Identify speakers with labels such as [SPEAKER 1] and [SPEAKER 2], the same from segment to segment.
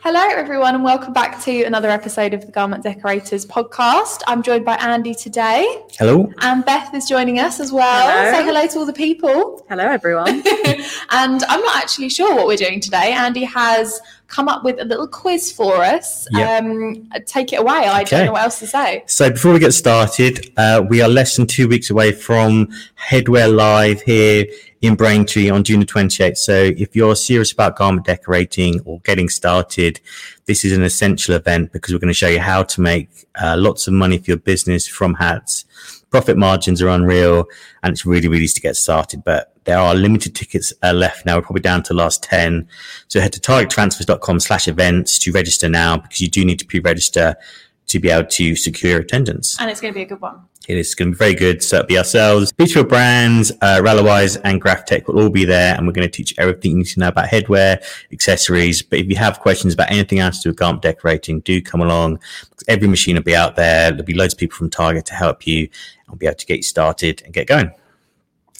[SPEAKER 1] Hello, everyone, and welcome back to another episode of the Garment Decorators podcast. I'm joined by Andy today,
[SPEAKER 2] Hello.
[SPEAKER 1] and Beth is joining us as well.
[SPEAKER 3] Hello.
[SPEAKER 1] Say hello to all the people.
[SPEAKER 3] Hello, everyone.
[SPEAKER 1] and I'm not actually sure what we're doing today. Andy has come up with a little quiz for us.
[SPEAKER 2] Yeah.
[SPEAKER 1] Um, take it away. I don't
[SPEAKER 2] Okay.
[SPEAKER 1] know what else to say.
[SPEAKER 2] So before we get started, uh, we are less than two weeks away from Headwear Live here in Braintree on June the 28th. So if you're serious about garment decorating or getting started, this is an essential event because we're going to show you how to make uh, lots of money for your business from hats. Profit margins are unreal and it's really, really easy to get started. But there are limited tickets uh, left now. We're probably down to last 10. So head to targettransfers.com slash events to register now because you do need to pre-register to be able to secure attendance.
[SPEAKER 1] And it's going to be a good one.
[SPEAKER 2] It is going to be very good. So it'll be ourselves, Beautiful Brands, uh, Rallowise and GraphTech will all be there. And we're going to teach everything you need to know about headwear, accessories. But if you have questions about anything else to do with garment decorating, do come along. Every machine will be out there. There'll be loads of people from Target to help you. and We'll be able to get you started and get going.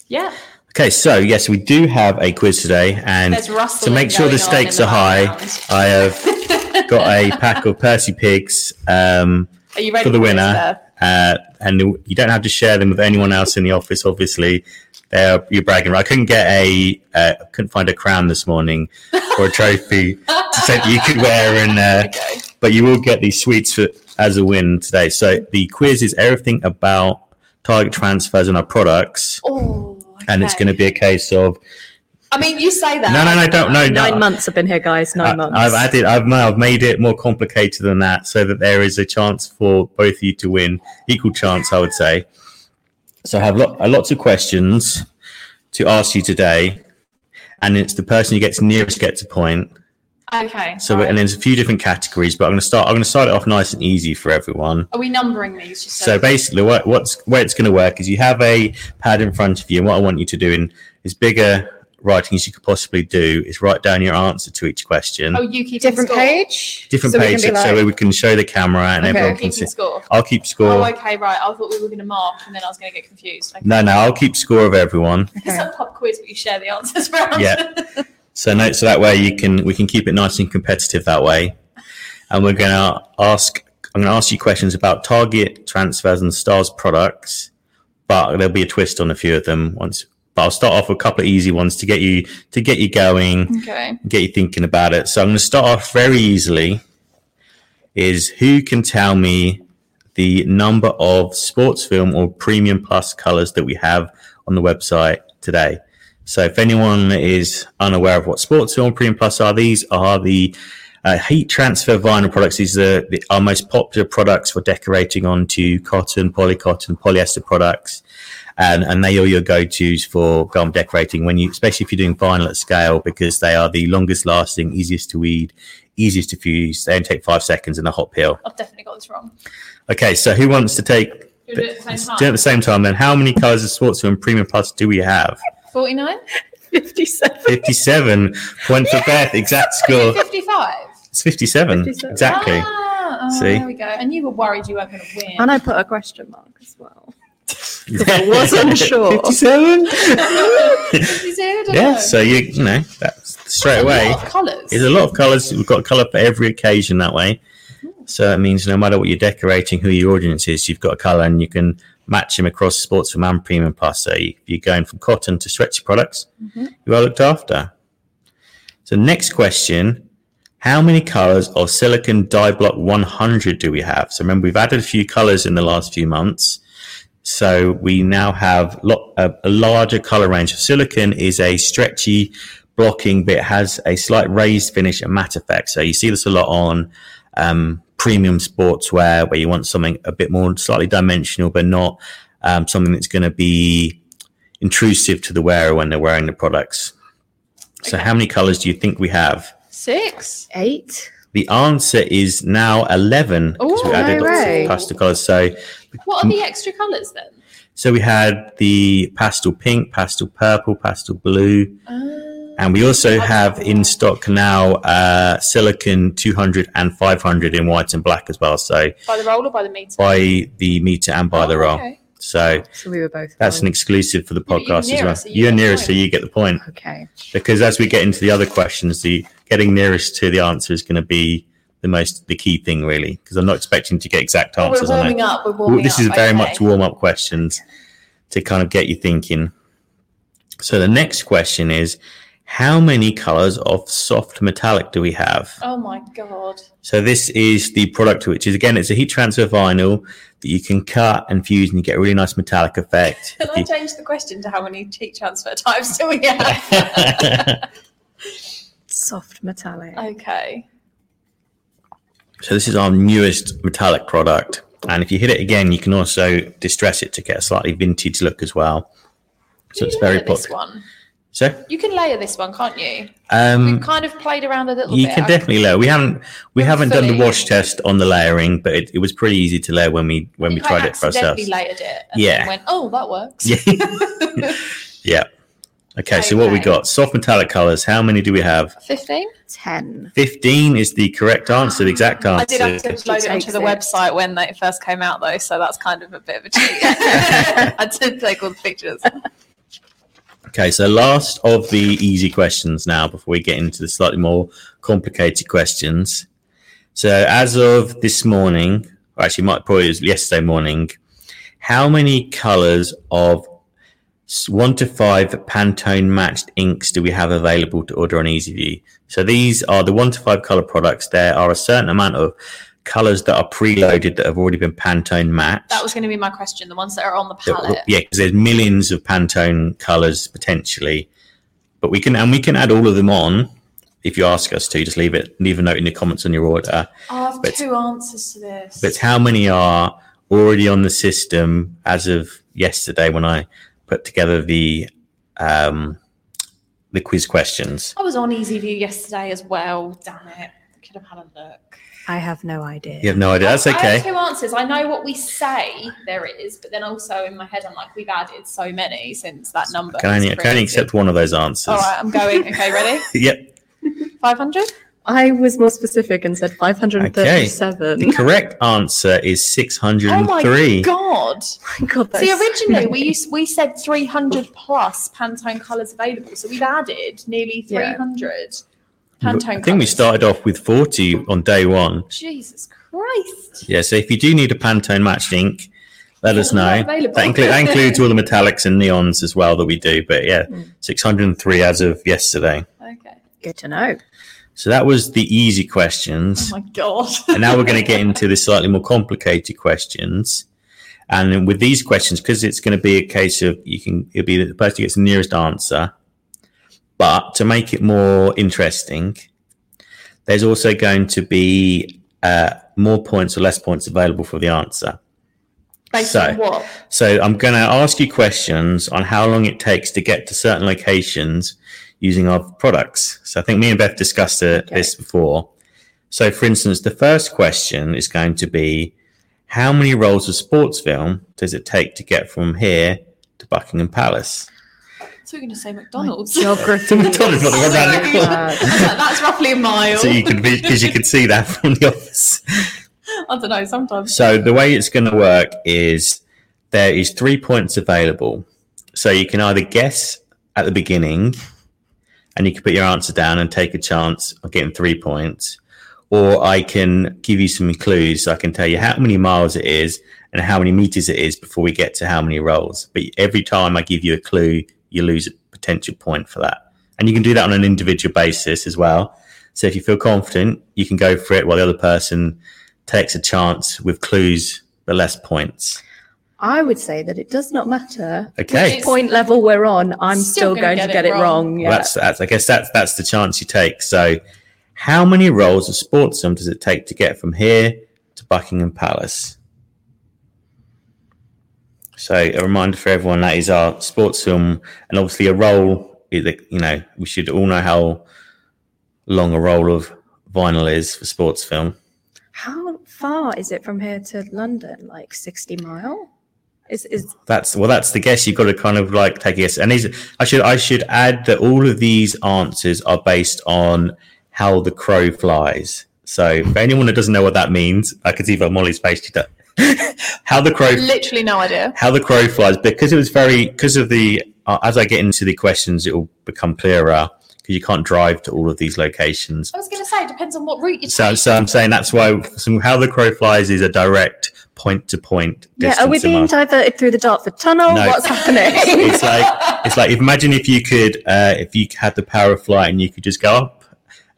[SPEAKER 1] Yeah.
[SPEAKER 2] Okay, so yes, we do have a quiz today, and
[SPEAKER 1] There's rustling
[SPEAKER 2] to make sure the
[SPEAKER 1] going on in
[SPEAKER 2] stakes
[SPEAKER 1] the
[SPEAKER 2] are high,
[SPEAKER 1] background.
[SPEAKER 2] I have got a pack of Percy pigs um,
[SPEAKER 1] Are you ready
[SPEAKER 2] for the
[SPEAKER 1] this,
[SPEAKER 2] winner,
[SPEAKER 1] Beth?
[SPEAKER 2] uh, and you don't have to share them with anyone else in the office. Obviously, they're you're bragging. right? I couldn't get a, uh, I couldn't find a crown this morning or a trophy to say that you could wear, and uh,
[SPEAKER 1] Okay.
[SPEAKER 2] but you will get these sweets for, as a win today. So the quiz is everything about target transfers and our products.
[SPEAKER 1] Oh,
[SPEAKER 2] And it's
[SPEAKER 1] okay.
[SPEAKER 2] going to be a case of
[SPEAKER 1] I mean, you say that.
[SPEAKER 2] no, no, no, don't, no, no.
[SPEAKER 3] Nine months I've been here, guys. Nine months.
[SPEAKER 2] I, have added, Uh, I've, ma- I've made it more complicated than that, so that there is a chance for both of you to win, equal chance, I would say. So I have lo- uh, lots of questions to ask you today, and it's the person who gets nearest gets a point.
[SPEAKER 1] Okay.
[SPEAKER 2] So,
[SPEAKER 1] right.
[SPEAKER 2] and there's a few different categories, but I'm going to start. I'm going to start it off nice and easy for everyone.
[SPEAKER 1] Are we numbering these? Just
[SPEAKER 2] So basically, what, what's where it's going to work is you have a pad in front of you, and what I want you to do in as bigger writing as you could possibly do is write down your answer to each question.
[SPEAKER 1] oh, you keep
[SPEAKER 4] different
[SPEAKER 1] score.
[SPEAKER 4] page
[SPEAKER 2] Different
[SPEAKER 4] So we can
[SPEAKER 2] pages,
[SPEAKER 4] be like-
[SPEAKER 2] so we can show the camera and
[SPEAKER 4] Okay.
[SPEAKER 2] everyone
[SPEAKER 1] Keeping
[SPEAKER 2] can see.
[SPEAKER 1] score.
[SPEAKER 2] I'll keep score.
[SPEAKER 1] Oh, okay, right. I thought we were going to mark, and then I was going to get confused. Okay.
[SPEAKER 2] No, no, I'll keep score of everyone.
[SPEAKER 1] It's not pop quiz, but you share the answers round.
[SPEAKER 2] Yeah. So no, so that way you can we can keep it nice and competitive that way. And we're gonna ask I'm gonna ask you questions about target transfers and stars products, but there'll be a twist on a few of them once. But I'll start off with a couple of easy ones to get you to get you going,
[SPEAKER 1] okay.
[SPEAKER 2] get you thinking about it. So I'm gonna start off very easily. Is who can tell me the number of sports film or premium plus colors that we have on the website today. So if anyone is unaware of what sports film premium plus are, these are the uh, heat transfer vinyl products. These are the, our most popular products for decorating onto cotton, polycotton, polyester products. And, and they are your go-tos for garment decorating when you, especially if you're doing vinyl at scale, because they are the longest lasting, easiest to weed, easiest to fuse. They only take five seconds and a hot peel.
[SPEAKER 1] I've definitely got this wrong.
[SPEAKER 2] Okay, so who wants to take
[SPEAKER 1] Should we do it at the same
[SPEAKER 2] do it at
[SPEAKER 1] time?
[SPEAKER 2] the same time then. How many colours of Sportsman Premium Plus do we have?
[SPEAKER 1] 49?
[SPEAKER 3] 57.
[SPEAKER 2] 57 point for Beth. Exact score.
[SPEAKER 1] 55?
[SPEAKER 2] It's 57.
[SPEAKER 3] 57.
[SPEAKER 2] Exactly.
[SPEAKER 1] Ah, oh,
[SPEAKER 2] See?
[SPEAKER 1] There we go. And you were worried you weren't going to win.
[SPEAKER 3] And I put a question mark as well.
[SPEAKER 1] Ah.
[SPEAKER 3] I wasn't sure.
[SPEAKER 2] 57?
[SPEAKER 1] Is it? I don't
[SPEAKER 2] yeah,
[SPEAKER 1] know.
[SPEAKER 2] so you, you know, that's straight
[SPEAKER 1] A
[SPEAKER 2] away.
[SPEAKER 1] lot of colours.
[SPEAKER 2] There's a lot of colours. We've got colour for every occasion that way. So it means no matter what you're decorating, who your audience is, you've got a colour and you can match them across Sportsman and Premium Plus. So you- you're going from cotton to stretchy products. you are looked after. So next question. How many colors of silicon dye block 100 do we have? So remember, we've added a few colors in the last few months. So we now have lot, a, a larger color range. Silicon is a stretchy blocking, but it has a slight raised finish and matte effect. So you see this a lot on um, premium sportswear where you want something a bit more slightly dimensional, but not um, something that's going to be intrusive to the wearer when they're wearing the products. So, how many colors do you think we have?
[SPEAKER 1] Six?
[SPEAKER 4] eight
[SPEAKER 2] The answer is now 11 because we
[SPEAKER 1] Ooh,
[SPEAKER 2] added
[SPEAKER 4] no
[SPEAKER 2] lots
[SPEAKER 4] way.
[SPEAKER 2] of pastel colors. So,
[SPEAKER 1] What are the extra colours then?
[SPEAKER 2] so we had the pastel pink, pastel purple, pastel blue,
[SPEAKER 1] Uh,
[SPEAKER 2] and we also have in stock now uh, silicon 200 and 500 in white and black as well. So,
[SPEAKER 1] by the roll or by the meter?
[SPEAKER 2] by the meter and by the
[SPEAKER 1] Oh,
[SPEAKER 2] roll.
[SPEAKER 1] okay.
[SPEAKER 2] So,
[SPEAKER 4] so we were both
[SPEAKER 2] that's an
[SPEAKER 4] wrong.
[SPEAKER 2] exclusive for the
[SPEAKER 1] Yeah, but you're
[SPEAKER 2] podcast as
[SPEAKER 1] nearer,
[SPEAKER 2] well.
[SPEAKER 1] so you get
[SPEAKER 2] you're
[SPEAKER 1] the
[SPEAKER 2] nearest, so
[SPEAKER 1] point.
[SPEAKER 2] you get the point.
[SPEAKER 4] okay
[SPEAKER 2] because as we get into the other questions, the getting nearest to the answer is going to be the most the key thing really because I'm not expecting to get exact
[SPEAKER 1] Oh,
[SPEAKER 2] answers.
[SPEAKER 1] we're
[SPEAKER 2] I know.
[SPEAKER 1] warming up. We're warming
[SPEAKER 2] Well, this
[SPEAKER 1] up.
[SPEAKER 2] is very
[SPEAKER 1] okay.
[SPEAKER 2] much warm up questions to kind of get you thinking. So the next question is how many colors of soft metallic do we have?
[SPEAKER 1] Oh my god.
[SPEAKER 2] So this is the product, which is again, it's a heat transfer vinyl that you can cut and fuse, and you get a really nice metallic effect.
[SPEAKER 1] Can I change the question to how many heat transfer times do we have?
[SPEAKER 3] Soft metallic.
[SPEAKER 1] okay.
[SPEAKER 2] so this is our newest metallic product, and if you hit it again, you can also distress it to get a slightly vintage look as well. So
[SPEAKER 1] You
[SPEAKER 2] it's
[SPEAKER 1] can
[SPEAKER 2] very
[SPEAKER 1] layer this
[SPEAKER 2] popular.
[SPEAKER 1] one.
[SPEAKER 2] So
[SPEAKER 1] You can layer this one, can't you?
[SPEAKER 2] um,
[SPEAKER 1] We've kind of played around a little
[SPEAKER 2] you
[SPEAKER 1] bit.
[SPEAKER 2] can
[SPEAKER 1] I-
[SPEAKER 2] definitely layer. We haven't we haven't done the
[SPEAKER 1] Fully.
[SPEAKER 2] wash test on the layering, but it, it was pretty easy to layer when we when
[SPEAKER 1] you
[SPEAKER 2] we
[SPEAKER 1] kind of
[SPEAKER 2] tried it for
[SPEAKER 1] accidentally
[SPEAKER 2] ourselves.
[SPEAKER 1] layered it. And
[SPEAKER 2] Yeah.
[SPEAKER 1] then Went. Oh, that works.
[SPEAKER 2] Yeah. yeah. Okay, so what we
[SPEAKER 1] Okay.
[SPEAKER 2] got? Soft metallic colors. How many do we have?
[SPEAKER 1] Fifteen.
[SPEAKER 3] Ten.
[SPEAKER 2] 15 is the correct answer, the exact
[SPEAKER 1] I did have
[SPEAKER 2] answer.
[SPEAKER 1] to load it onto the
[SPEAKER 3] Takes it.
[SPEAKER 1] website when they first came out, though, so that's kind of a bit of a cheat. I did take all the pictures.
[SPEAKER 2] Okay, so last of the easy questions now before we get into the slightly more complicated questions. So, as of this morning, or actually, might probably it was yesterday morning, how many colors of s- one to five Pantone matched inks do we have available to order on EasyView? So, these are the one to five color products. There are a certain amount of colors that are preloaded that have already been Pantone matched.
[SPEAKER 1] That was going to be my question. The ones that are on the
[SPEAKER 2] that-
[SPEAKER 1] palette.
[SPEAKER 2] yeah, because there's millions of Pantone colors potentially, but we can and we can add all of them on if you ask us to. Just leave it, leave a note in the comments on your order.
[SPEAKER 1] I have
[SPEAKER 2] But-
[SPEAKER 1] two answers to this.
[SPEAKER 2] But how many are already on the system as of yesterday when I put together the um, the quiz questions?
[SPEAKER 1] I was on EasyView yesterday as well. Damn it. I could have had a look.
[SPEAKER 3] I have no idea.
[SPEAKER 2] You have no idea. That's
[SPEAKER 1] I, I have
[SPEAKER 2] okay.
[SPEAKER 1] two answers. I know what we say there is, but then also in my head, I'm like, we've added so many since that number.
[SPEAKER 2] Can I only,
[SPEAKER 1] was
[SPEAKER 2] can I only
[SPEAKER 1] created.
[SPEAKER 2] accept one of those answers?
[SPEAKER 1] All right, I'm going. Okay, ready?
[SPEAKER 2] Yep.
[SPEAKER 1] 500?
[SPEAKER 3] I was more specific and said 537.
[SPEAKER 2] The correct answer is six hundred
[SPEAKER 1] Oh
[SPEAKER 2] and
[SPEAKER 1] my
[SPEAKER 2] three.
[SPEAKER 1] God.
[SPEAKER 3] God, that
[SPEAKER 1] See,
[SPEAKER 3] is-
[SPEAKER 1] originally we used, we said 300 plus Pantone colours available, so we've added nearly
[SPEAKER 3] Yeah.
[SPEAKER 1] 300
[SPEAKER 2] I
[SPEAKER 1] Pantone
[SPEAKER 2] think we
[SPEAKER 1] colours.
[SPEAKER 2] started off with forty on day one.
[SPEAKER 1] Jesus Christ.
[SPEAKER 2] Yeah, so if you do need a Pantone matched ink, let us know.
[SPEAKER 1] Not
[SPEAKER 2] That,
[SPEAKER 1] available.
[SPEAKER 2] inclu- that includes all the metallics and neons as well that we do. But yeah, 603 as of yesterday.
[SPEAKER 1] Okay.
[SPEAKER 3] Good to know.
[SPEAKER 2] So that was the easy
[SPEAKER 1] Oh
[SPEAKER 2] questions.
[SPEAKER 1] my God.
[SPEAKER 2] and now we're going to get into the slightly more complicated questions. And then with these questions, because it's going to be a case of you can, it'll be the person who gets the nearest answer. But to make it more interesting, there's also going to be uh, more points or less points available for the answer.
[SPEAKER 1] Based
[SPEAKER 2] So-
[SPEAKER 1] on what?
[SPEAKER 2] So I'm going to ask you questions on how long it takes to get to certain locations using our products. So I think me and Beth discussed uh,
[SPEAKER 3] Okay.
[SPEAKER 2] this before. So for instance, the first question is going to be how many rolls of sports film does it take to get from here to Buckingham Palace?
[SPEAKER 1] So we're going to say
[SPEAKER 3] My
[SPEAKER 1] McDonald's.
[SPEAKER 3] Geography.
[SPEAKER 2] McDonald's not the one round the corner.
[SPEAKER 3] Uh,
[SPEAKER 1] That's roughly a mile.
[SPEAKER 2] So you could be because you could see that from the office.
[SPEAKER 1] I don't know, sometimes.
[SPEAKER 2] So the way it's going to work is there is three points available. So you can either guess at the beginning, and you can put your answer down and take a chance of getting three points, or I can give you some clues. I can tell you how many miles it is and how many meters it is before we get to how many rolls. But every time I give you a clue, you lose a potential point for that, and you can do that on an individual basis as well. So if you feel confident, you can go for it while the other person takes a chance with clues but less points.
[SPEAKER 3] I would say that it does not matter.
[SPEAKER 2] Okay.
[SPEAKER 1] Which is-
[SPEAKER 3] Point level we're on, I'm
[SPEAKER 1] Still
[SPEAKER 3] still,
[SPEAKER 1] gonna
[SPEAKER 3] going
[SPEAKER 1] get
[SPEAKER 3] to get
[SPEAKER 1] it
[SPEAKER 3] it wrong.
[SPEAKER 1] wrong.
[SPEAKER 3] Yeah.
[SPEAKER 2] Well, that's that's I guess that's that's the chance you take. So how many rolls of sportsum does it take to get from here to Buckingham Palace? So a reminder for everyone that is our sportsum and obviously a roll is the- you know, we should all know how long a roll of vinyl is for sports film.
[SPEAKER 3] How far is it from here to London? Like 60 mile? Is is
[SPEAKER 2] That's well. That's the guess. You've got to kind of like take a guess. And these, I should I should add that all of these answers are based on how the crow flies. So for anyone that doesn't know what that means, I could see by Molly's face she does. how the crow
[SPEAKER 1] Literally no idea.
[SPEAKER 2] how the crow flies because it was very because of the uh, as I get into the questions, it will become clearer. because you can't drive to all of these locations.
[SPEAKER 1] I was going to say, it depends on what route you
[SPEAKER 2] So,
[SPEAKER 1] take.
[SPEAKER 2] so I'm saying that's why some, how the crow flies is a direct point to point distance.
[SPEAKER 3] yeah, are we
[SPEAKER 2] in
[SPEAKER 3] being
[SPEAKER 2] miles.
[SPEAKER 3] diverted through the Dartford Tunnel?
[SPEAKER 2] No.
[SPEAKER 3] What's happening?
[SPEAKER 2] it's like it's like imagine if you could uh, if you had the power of flight and you could just go up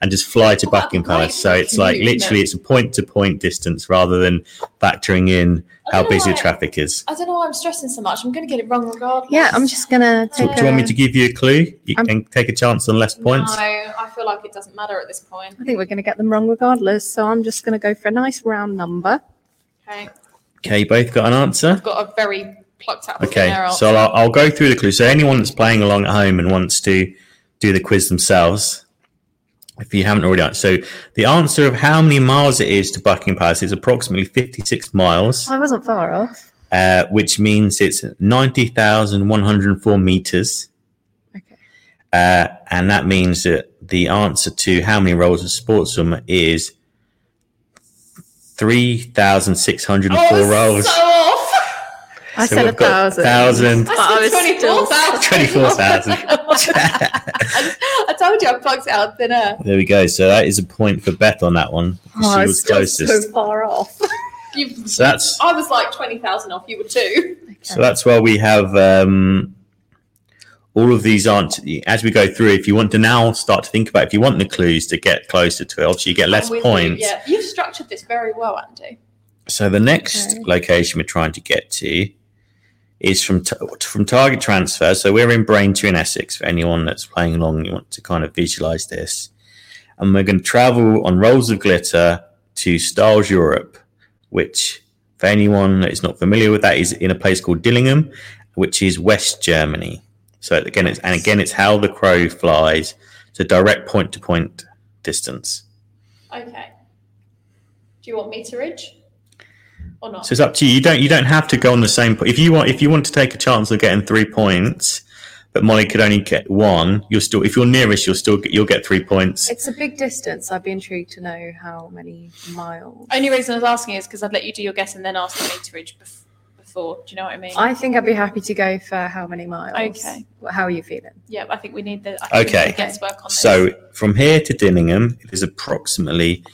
[SPEAKER 2] and just fly to
[SPEAKER 1] Oh, that'd
[SPEAKER 2] Buckingham
[SPEAKER 1] be great.
[SPEAKER 2] Palace. So it's like
[SPEAKER 1] Huge,
[SPEAKER 2] literally
[SPEAKER 1] no.
[SPEAKER 2] it's a point to point distance rather than factoring in
[SPEAKER 1] I
[SPEAKER 2] how
[SPEAKER 1] don't know
[SPEAKER 2] busy
[SPEAKER 1] why-
[SPEAKER 2] traffic is.
[SPEAKER 1] I don't know why I'm stressing so much. I'm going to get it wrong regardless.
[SPEAKER 3] yeah, I'm just gonna
[SPEAKER 2] So,
[SPEAKER 3] take.
[SPEAKER 2] do you want me
[SPEAKER 3] a-
[SPEAKER 2] to give you a clue you,
[SPEAKER 3] I'm-
[SPEAKER 2] and take a chance on less points?
[SPEAKER 1] No, I feel like it doesn't matter at this point.
[SPEAKER 3] I think we're gonna get them wrong regardless. So I'm just gonna go for a nice round number.
[SPEAKER 1] Okay,
[SPEAKER 2] Okay, you both got an answer.
[SPEAKER 1] I've got a very plucked out.
[SPEAKER 2] Okay,
[SPEAKER 1] thinner
[SPEAKER 2] so I'll, I'll go through the clue. So anyone that's playing along at home and wants to do the quiz themselves, if you haven't already, so the answer of how many miles it is to Buckingham Palace is approximately 56 miles,
[SPEAKER 3] I wasn't far off.
[SPEAKER 2] uh, which means it's 90,104 meters.
[SPEAKER 3] Okay.
[SPEAKER 2] Uh, and that means that the answer to how many roles a sportswoman is 3,604
[SPEAKER 1] oh,
[SPEAKER 2] roles.
[SPEAKER 1] So off.
[SPEAKER 3] I
[SPEAKER 2] So
[SPEAKER 3] said a
[SPEAKER 2] we've got
[SPEAKER 3] thousand.
[SPEAKER 2] thousand.
[SPEAKER 1] I
[SPEAKER 3] But I was
[SPEAKER 1] said
[SPEAKER 3] still-
[SPEAKER 1] 24,000.
[SPEAKER 2] 24,000.
[SPEAKER 1] I told you I plucked it out of thin air.
[SPEAKER 2] There we go. So that is a point for Beth on that one.
[SPEAKER 3] Oh,
[SPEAKER 2] she
[SPEAKER 3] I
[SPEAKER 2] was
[SPEAKER 3] still
[SPEAKER 2] closest.
[SPEAKER 3] so far off.
[SPEAKER 1] You,
[SPEAKER 2] So that's
[SPEAKER 1] I was like 20,000 off. You were too.
[SPEAKER 2] so that's why we have um, all of these aren't as we go through. If you want to now start to think about if you want the clues to get closer to it, obviously you get less
[SPEAKER 1] I'm with you,
[SPEAKER 2] points.
[SPEAKER 1] Yeah, you've structured this very well, Andy.
[SPEAKER 2] So the next
[SPEAKER 3] Okay.
[SPEAKER 2] location we're trying to get to is from t- from Target Transfer. So we're in Braintree in Essex. For anyone that's playing along, you want to kind of visualize this, and we're going to travel on rolls of glitter to Styles Europe, which for anyone that is not familiar with that is in a place called Dillingham, which is West Germany. So again, it's and again it's how the crow flies. It's a direct point to point distance.
[SPEAKER 1] Okay. Do you want me to ridge or not?
[SPEAKER 2] So it's up to you. You don't you don't have to go on the same point. If you want if you want to take a chance of getting three points, but Molly could only get one, you'll still if you're nearest, you'll still get, you'll get three points.
[SPEAKER 3] It's a big distance. I'd be intrigued to know how many miles.
[SPEAKER 1] Only reason I was asking is because I'd let you do your guess and then ask the meterage bef- before. Do you know what I mean?
[SPEAKER 3] I think I'd be happy to go for how many miles.
[SPEAKER 1] Okay.
[SPEAKER 3] Wh- How are you feeling?
[SPEAKER 1] yeah, I think we need the, I think we
[SPEAKER 2] Okay.
[SPEAKER 1] need the guesswork on this.
[SPEAKER 2] So from here to Dillingham, it is approximately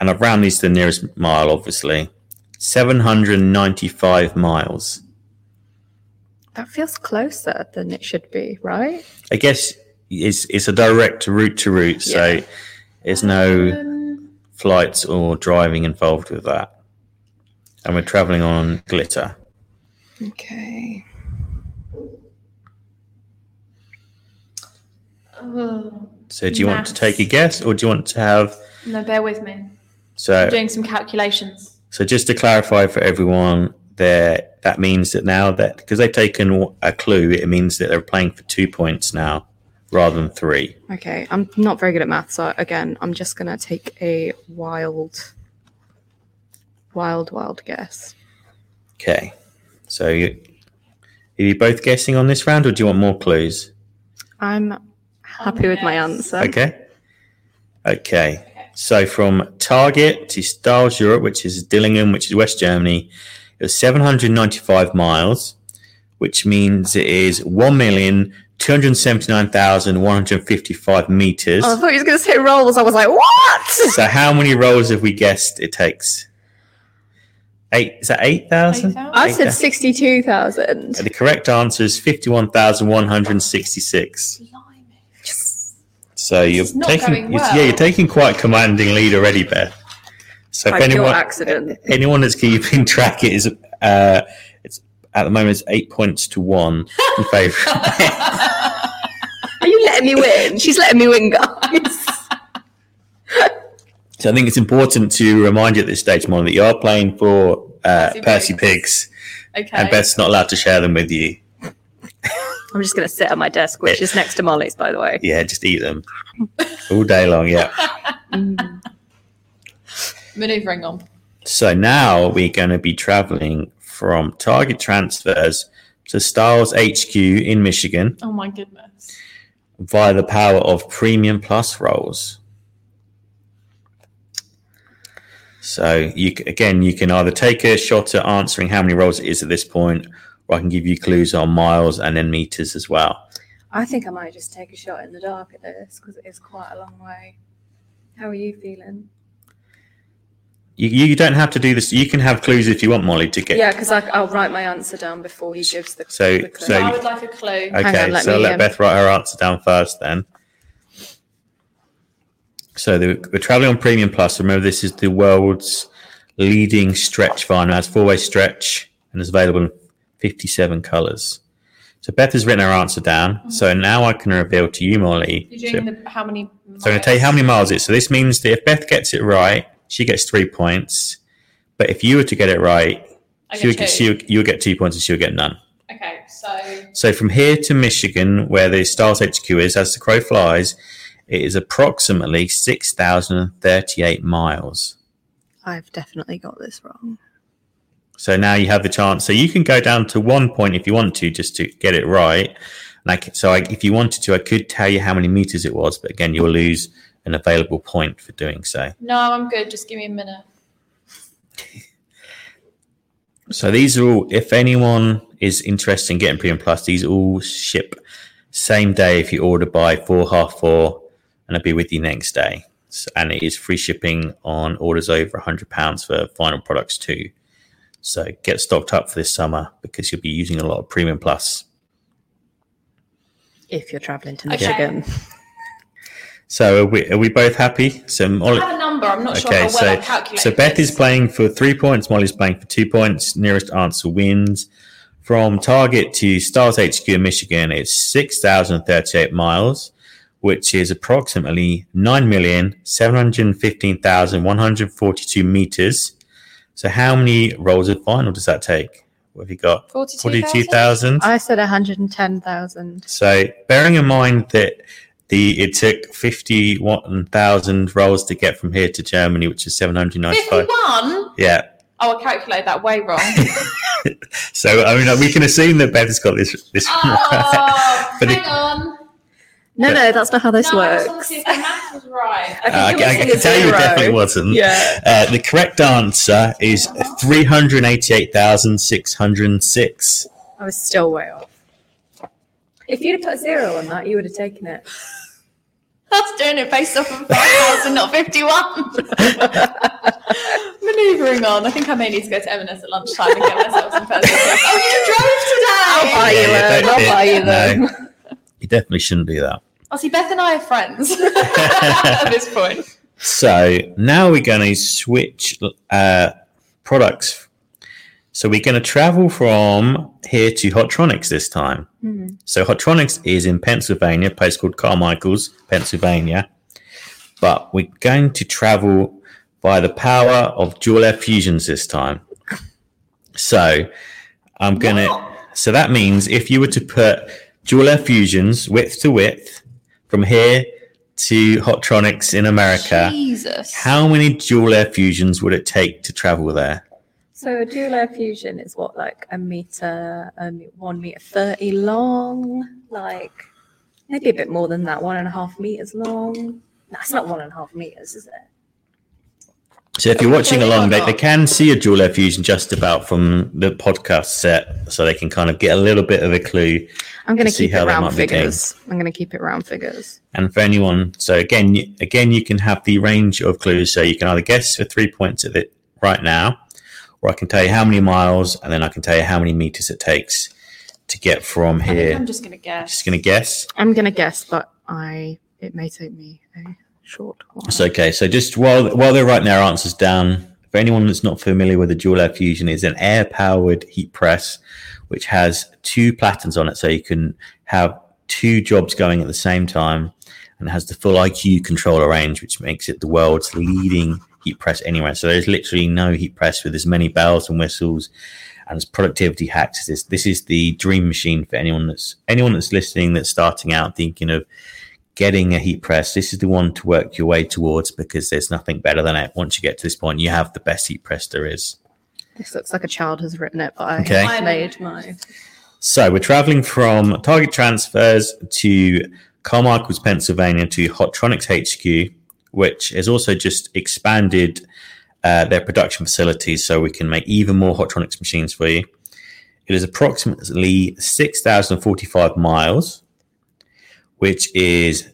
[SPEAKER 2] and I've rounded these to the nearest mile, obviously. Seven hundred and ninety five miles.
[SPEAKER 3] That feels closer than it should be, right?
[SPEAKER 2] I guess it's it's a direct route to route, so there's no
[SPEAKER 1] Um,
[SPEAKER 2] flights or driving involved with that. And we're travelling on glitter.
[SPEAKER 3] Okay.
[SPEAKER 1] oh,
[SPEAKER 2] So do you want to
[SPEAKER 1] Maths.
[SPEAKER 2] take a guess or do you want to have
[SPEAKER 1] no, bear with me.
[SPEAKER 2] so
[SPEAKER 1] I'm doing some calculations.
[SPEAKER 2] so just to clarify for everyone there that means that now that because they've taken a clue it means that they're playing for two points now rather than three.
[SPEAKER 3] Okay. I'm not very good at math, so again, I'm just gonna take a wild, wild, wild guess.
[SPEAKER 2] Okay. So you, are you both guessing on this round or do you want more clues?
[SPEAKER 3] I'm happy with my answer.
[SPEAKER 2] Okay. Okay. So from Target to Stiles Europe, which is Dillingham, which is West Germany, it was 795 miles, which means it is 1,279,155 meters.
[SPEAKER 3] Oh, I thought he was gonna say rolls. I was like, what?
[SPEAKER 2] So how many rolls have we guessed it takes? Eight. Is that 8,000?
[SPEAKER 3] I
[SPEAKER 2] Okay.
[SPEAKER 3] said sixty-two thousand.
[SPEAKER 2] The correct answer is 51,166.
[SPEAKER 1] Blimey.
[SPEAKER 2] So you're
[SPEAKER 1] is not
[SPEAKER 2] taking,
[SPEAKER 1] going
[SPEAKER 2] you're-
[SPEAKER 1] well.
[SPEAKER 2] yeah, you're taking quite commanding lead already, Beth. So if
[SPEAKER 3] By pure
[SPEAKER 2] anyone,
[SPEAKER 3] accident.
[SPEAKER 2] anyone that's keeping track, it is, uh, it's at the moment it's eight points to one in favour.
[SPEAKER 3] Are you letting me win? She's letting me win, guys.
[SPEAKER 2] so I think it's important to remind you at this stage, Molly, that you are playing for uh,
[SPEAKER 1] Percy
[SPEAKER 2] Percy
[SPEAKER 1] Pigs.
[SPEAKER 2] Pigs,
[SPEAKER 1] Okay.
[SPEAKER 2] and Beth's not allowed to share them with you.
[SPEAKER 3] I'm just going to sit at my desk, which is next to Molly's, by the way.
[SPEAKER 2] Yeah, just eat them all day long. Yeah.
[SPEAKER 1] Maneuvering on.
[SPEAKER 2] So now we're going to be traveling from Target Transfers to Styles HQ in Michigan.
[SPEAKER 1] Oh my goodness.
[SPEAKER 2] via the power of premium plus roles. So you c- again, you can either take a shot at answering how many roles it is at this point, or I can give you clues on miles and then meters as well.
[SPEAKER 4] I think I might just take a shot in the dark at this because it is quite a long way. How are you feeling?
[SPEAKER 2] You, you don't have to do this. You can have clues if you want, Molly, to get.
[SPEAKER 4] Yeah, because I'll write my answer down before he gives the.
[SPEAKER 2] So-
[SPEAKER 4] the clue.
[SPEAKER 1] So
[SPEAKER 2] so-
[SPEAKER 1] I would like a clue.
[SPEAKER 3] Hang
[SPEAKER 2] Okay,
[SPEAKER 3] on, let
[SPEAKER 2] so
[SPEAKER 3] me,
[SPEAKER 2] let
[SPEAKER 3] um,
[SPEAKER 2] Beth write her answer down first then. So the, we're traveling on Premium Plus. Remember, this is the world's leading stretch vinyl. It has four way stretch and is available in 57 colors. So Beth has written her answer down. So now I can reveal to you, Molly.
[SPEAKER 1] You're
[SPEAKER 2] So-
[SPEAKER 1] doing the, how many?
[SPEAKER 2] so I'm going to tell you how many miles it is. So this means that if Beth gets it right, she gets three points. But if you were to get it right,
[SPEAKER 1] I
[SPEAKER 2] she would
[SPEAKER 1] get
[SPEAKER 2] get,
[SPEAKER 1] two.
[SPEAKER 2] she would, you would get two points and she would get none.
[SPEAKER 1] Okay, so
[SPEAKER 2] So from here to Michigan, where the Stars HQ is, as the crow flies, it is approximately 6,038 miles.
[SPEAKER 3] I've definitely got this wrong.
[SPEAKER 2] So now you have the chance. So you can go down to one point if you want to, just to get it right. Like so, I, if you wanted to, I could tell you how many meters it was, but again, you'll lose an available point for doing so.
[SPEAKER 1] no, I'm good. Just give me a minute.
[SPEAKER 2] So these are all. If anyone is interested in getting Premium Plus, these all ship same day if you order by four half four, and it'll be with you next day. S- And it is free shipping on orders over hundred pounds for final products too. So get stocked up for this summer because you'll be using a lot of Premium Plus.
[SPEAKER 3] If you're traveling to
[SPEAKER 1] Okay.
[SPEAKER 3] Michigan,
[SPEAKER 2] So are we, are we both happy? So
[SPEAKER 1] I
[SPEAKER 2] Molly,
[SPEAKER 1] have a number. I'm not sure
[SPEAKER 2] Okay,
[SPEAKER 1] how well
[SPEAKER 2] so-
[SPEAKER 1] I've calculated.
[SPEAKER 2] So Beth
[SPEAKER 1] this.
[SPEAKER 2] is playing for three points. Molly's playing for two points. Nearest answer wins. From Target to Stars HQ in Michigan, it's 6,038 miles, which is approximately 9,715,142 meters. So how many rolls of vinyl does that take? What have you got?
[SPEAKER 1] 42,000.
[SPEAKER 2] 42,000?
[SPEAKER 3] I said 110,000.
[SPEAKER 2] So, bearing in mind that the it took fifty one thousand rolls to get from here to Germany, which is seven hundred ninety five.
[SPEAKER 1] 51? Oh,
[SPEAKER 2] Yeah.
[SPEAKER 1] I calculated that way wrong.
[SPEAKER 2] So, I mean, we can assume that Beth's got this. This.
[SPEAKER 1] Oh,
[SPEAKER 2] But
[SPEAKER 1] hang
[SPEAKER 2] it-
[SPEAKER 1] on.
[SPEAKER 3] No,
[SPEAKER 2] Yeah.
[SPEAKER 3] no, that's not how this
[SPEAKER 1] no, I just want to
[SPEAKER 3] works.
[SPEAKER 1] see if the math was right.
[SPEAKER 3] I
[SPEAKER 2] Uh, I,
[SPEAKER 3] think
[SPEAKER 2] I
[SPEAKER 3] it
[SPEAKER 2] can
[SPEAKER 3] was
[SPEAKER 2] tell you, it
[SPEAKER 3] zero.
[SPEAKER 2] definitely wasn't.
[SPEAKER 3] Yeah.
[SPEAKER 2] Uh, the correct answer is three hundred eighty-eight thousand six hundred six.
[SPEAKER 3] I was still way off.
[SPEAKER 4] If you'd have put a zero on that, you would have taken it.
[SPEAKER 1] That's doing it based off of 5,000, not 51.
[SPEAKER 3] Oh,
[SPEAKER 1] Maneuvering on. I think I may need to go to M&S at lunchtime and get myself some further. Oh, you drove today!
[SPEAKER 3] I'll buy you them. I'll buy you them.
[SPEAKER 2] You definitely shouldn't do that.
[SPEAKER 1] Oh, see, Beth and I are friends at this point.
[SPEAKER 2] So now we're going to switch uh, products. So we're going to travel from here to Hotronics this time. So Hotronics is in Pennsylvania, a place called Carmichael's, Pennsylvania. But we're going to travel by the power of dual air fusions this time. So I'm going to. So that means if you were to put dual air fusions width to width from here to Hotronics in America.
[SPEAKER 1] Jesus.
[SPEAKER 2] How many dual air fusions would it take to travel there?
[SPEAKER 4] So a dual air fusion is what, like a meter, um, one meter thirty long, like maybe a bit more than that, one and a half meters long. That's not one and a half meters, is it?
[SPEAKER 2] So if you're watching
[SPEAKER 1] Okay,
[SPEAKER 2] along, they,
[SPEAKER 1] why
[SPEAKER 2] they
[SPEAKER 1] not?
[SPEAKER 2] can see a dual air fusion just about from the podcast set, so they can kind of get a little bit of a clue.
[SPEAKER 3] I'm going to
[SPEAKER 2] Let's see
[SPEAKER 3] keep
[SPEAKER 2] how
[SPEAKER 3] it
[SPEAKER 2] they
[SPEAKER 3] round
[SPEAKER 2] might be doing.
[SPEAKER 3] figures. I'm going to keep it round figures.
[SPEAKER 2] And for anyone, so again, you- again, you can have the range of clues. So you can either guess for three points at it right now, or I can tell you how many miles, and then I can tell you how many meters it takes to get from
[SPEAKER 1] I think I'm
[SPEAKER 2] here.
[SPEAKER 1] just going to guess.
[SPEAKER 2] Just gonna guess.
[SPEAKER 3] I'm going to guess, but I it may take me a short while.
[SPEAKER 2] It's okay. So just while while they're writing their answers down, for anyone that's not familiar with the dual air fusion, is an air powered heat press which has two platens on it, so you can have two jobs going at the same time, and it has the full IQ controller range, which makes it the world's leading heat press anywhere. So there's literally no heat press with as many bells and whistles and as productivity hacks as this. This is the dream machine for anyone that's anyone that's listening that's starting out thinking of getting a heat press, this is the one to work your way towards because there's nothing better than it. Once you get to this point, you have the best heat press there is.
[SPEAKER 3] This looks like a child has written it, but I
[SPEAKER 2] Okay.
[SPEAKER 3] have made my.
[SPEAKER 2] So we're traveling from Target Transfers to Carmichael's, Pennsylvania to Hotronics HQ, which has also just expanded uh, their production facilities so we can make even more Hotronics machines for you. It is approximately 6,045 miles, which is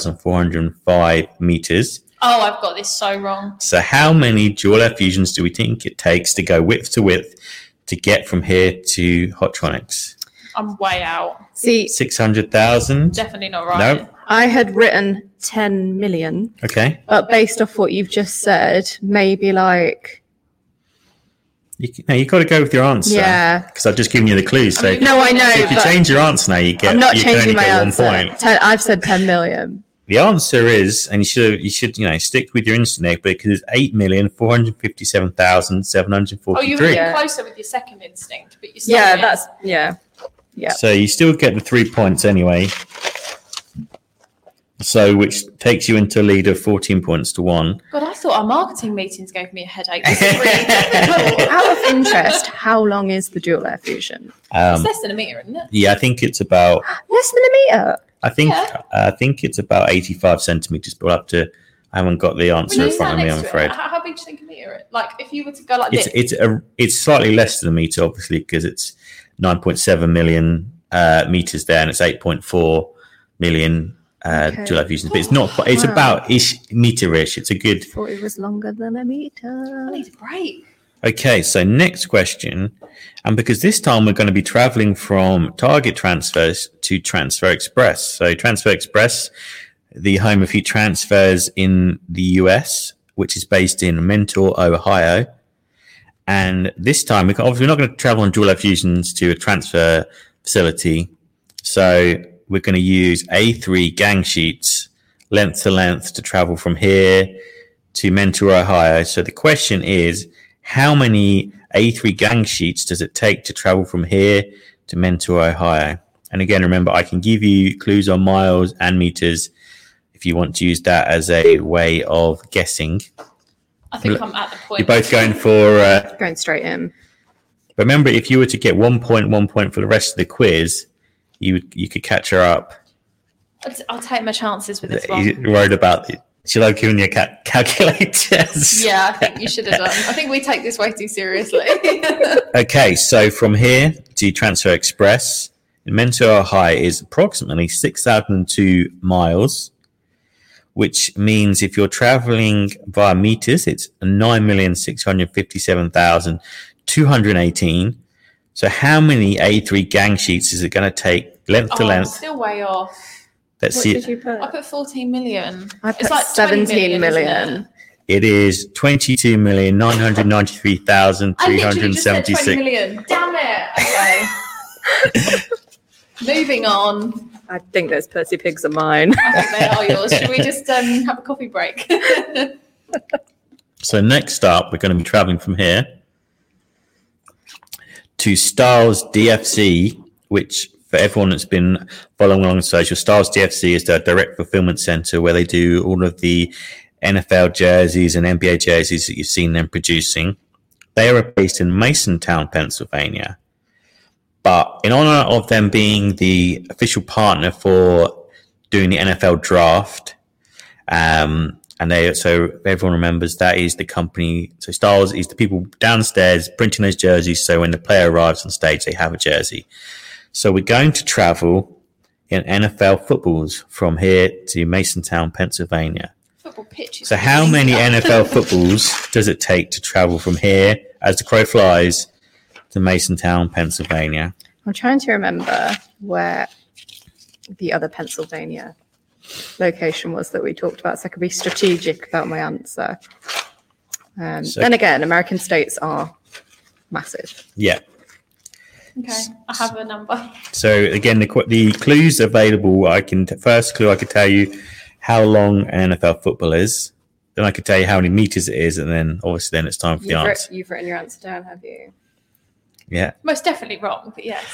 [SPEAKER 2] 9,726,405 meters.
[SPEAKER 1] Oh, I've got this so wrong.
[SPEAKER 2] So, how many dual effusions do we think it takes to go width to width to get from here to Hotronics?
[SPEAKER 1] I'm way out.
[SPEAKER 3] See,
[SPEAKER 2] 600,000?
[SPEAKER 1] Definitely not right.
[SPEAKER 2] No.
[SPEAKER 3] I had written 10 million,
[SPEAKER 2] Okay.
[SPEAKER 3] but based off what you've just said, maybe like,
[SPEAKER 2] You, c- no, you got to go with your answer.
[SPEAKER 3] yeah.
[SPEAKER 2] Because I've just given you the clues. So,
[SPEAKER 1] I mean,
[SPEAKER 3] No, I know.
[SPEAKER 2] if you
[SPEAKER 3] but
[SPEAKER 2] change your answer now, you get
[SPEAKER 3] I'm not
[SPEAKER 2] you can only
[SPEAKER 3] changing my
[SPEAKER 2] get
[SPEAKER 3] answer.
[SPEAKER 2] one point.
[SPEAKER 3] 10 I've said 10 million.
[SPEAKER 2] The answer is, and you should you should you know stick with your instinct there, because it's eight million four hundred fifty seven thousand seven hundred
[SPEAKER 1] Oh,
[SPEAKER 2] forty
[SPEAKER 1] you
[SPEAKER 2] three.
[SPEAKER 1] were
[SPEAKER 4] Yeah.
[SPEAKER 1] getting closer with your second instinct, but you still
[SPEAKER 4] Yeah,
[SPEAKER 1] didn't.
[SPEAKER 4] that's yeah.
[SPEAKER 3] Yeah.
[SPEAKER 2] So you still get the three points anyway. So which takes you into a lead of fourteen points to one.
[SPEAKER 1] God. I thought our marketing meetings gave me a headache. This is really difficult.
[SPEAKER 3] Out of interest, how long is the dual air fusion?
[SPEAKER 1] it's
[SPEAKER 2] Um,
[SPEAKER 1] less than a meter, isn't it?
[SPEAKER 2] yeah, I think it's about.
[SPEAKER 3] Less than a meter.
[SPEAKER 2] I think
[SPEAKER 1] Yeah.
[SPEAKER 2] I think it's about eighty-five centimeters. But we'll have to. I haven't got the answer
[SPEAKER 1] When
[SPEAKER 2] in
[SPEAKER 1] you
[SPEAKER 2] front
[SPEAKER 1] stand
[SPEAKER 2] of me.
[SPEAKER 1] next
[SPEAKER 2] I'm
[SPEAKER 1] to it,
[SPEAKER 2] afraid.
[SPEAKER 1] How, how big do you think a meter is? Like, if you were to go like
[SPEAKER 2] It's
[SPEAKER 1] this,
[SPEAKER 2] it's a it's slightly less than a meter, obviously, because it's nine point seven million uh, meters there, and it's eight point four million uh,
[SPEAKER 3] Okay.
[SPEAKER 2] dual life users. But
[SPEAKER 1] Oh,
[SPEAKER 2] it's not. quite- It's
[SPEAKER 3] Wow.
[SPEAKER 2] about ish meter-ish. It's a good
[SPEAKER 3] Thought it was longer than a
[SPEAKER 1] I
[SPEAKER 3] meter.
[SPEAKER 1] need a break.
[SPEAKER 2] Okay, so next question. And because this time we're going to be traveling from Target Transfers to Transfer Express. So, Transfer Express, the home of heat transfers in the US, which is based in Mentor, Ohio. And this time, we can, obviously, we're not going to travel on dual air fusions to a transfer facility. So, we're going to use A3 gang sheets, length to length, to travel from here to Mentor, Ohio. So, the question is, how many A3 gang sheets does it take to travel from here to Mentor, Ohio? And again, remember, I can give you clues on miles and meters if you want to use that as a way of guessing.
[SPEAKER 1] I think
[SPEAKER 2] Look,
[SPEAKER 1] I'm at the point.
[SPEAKER 2] You're both going for. Uh,
[SPEAKER 3] Going straight in.
[SPEAKER 2] remember, if you were to get one point, one point for the rest of the quiz, you would- you could catch her up.
[SPEAKER 1] I'll, t- I'll take my chances with this
[SPEAKER 2] You
[SPEAKER 1] one.
[SPEAKER 2] worried about it. Should I have given you a ca- calculators?
[SPEAKER 1] Yeah, I think you should have done. I think we take this way too seriously. Oh,
[SPEAKER 2] Okay, so from here to Transfer Express in Mentor, Ohio is approximately 6,002 miles, which means if you're traveling via meters, it's 9,657,218. So, how many A3 gang sheets is it going to take length to
[SPEAKER 1] oh, I'm
[SPEAKER 2] length?
[SPEAKER 1] still way off.
[SPEAKER 2] Let's
[SPEAKER 4] What
[SPEAKER 2] see.
[SPEAKER 4] did you put?
[SPEAKER 1] I put 14 million.
[SPEAKER 3] I
[SPEAKER 1] It's
[SPEAKER 3] put
[SPEAKER 1] like 20
[SPEAKER 3] 17
[SPEAKER 1] million, isn't
[SPEAKER 3] million.
[SPEAKER 1] it?
[SPEAKER 2] It is
[SPEAKER 1] I literally just said 20
[SPEAKER 2] 22,993,376.
[SPEAKER 1] million. Damn it. Okay. Moving on.
[SPEAKER 4] I think those Percy pigs are
[SPEAKER 3] Mine.
[SPEAKER 1] I think they are yours. Should we just um, have a coffee break?
[SPEAKER 2] So next up, we're going to be traveling from here to Styles DFC, which for everyone that's been following along on social, Styles DFC is their direct fulfillment center where they do all of the NFL jerseys and NBA jerseys that you've seen them producing. They are based in Masontown, Pennsylvania. But in honor of them being the official partner for doing the NFL draft, um, and they so everyone remembers that is the company. So Styles is the people downstairs printing those jerseys. So when the player arrives on stage, they have a jersey. So we're going to travel in NFL footballs from here to Masontown, Pennsylvania.
[SPEAKER 1] Football pitches.
[SPEAKER 2] So how many NFL footballs does it take to travel from here as the crow flies to Masontown, Pennsylvania?
[SPEAKER 3] I'm trying to remember where the other Pennsylvania location was that we talked about, so I could be strategic about my answer. Um,
[SPEAKER 2] So-
[SPEAKER 3] then again, American states are massive.
[SPEAKER 2] Yeah.
[SPEAKER 1] Okay, I have a number.
[SPEAKER 2] So again, the, qu- the clues available. I can first clue I could tell you how long an NFL football is. Then I could tell you how many meters it is, and then obviously then it's time for the
[SPEAKER 4] You've, writ-
[SPEAKER 2] answer.
[SPEAKER 4] you've written your answer down, have you?
[SPEAKER 2] Yeah.
[SPEAKER 1] Most definitely wrong, but yes.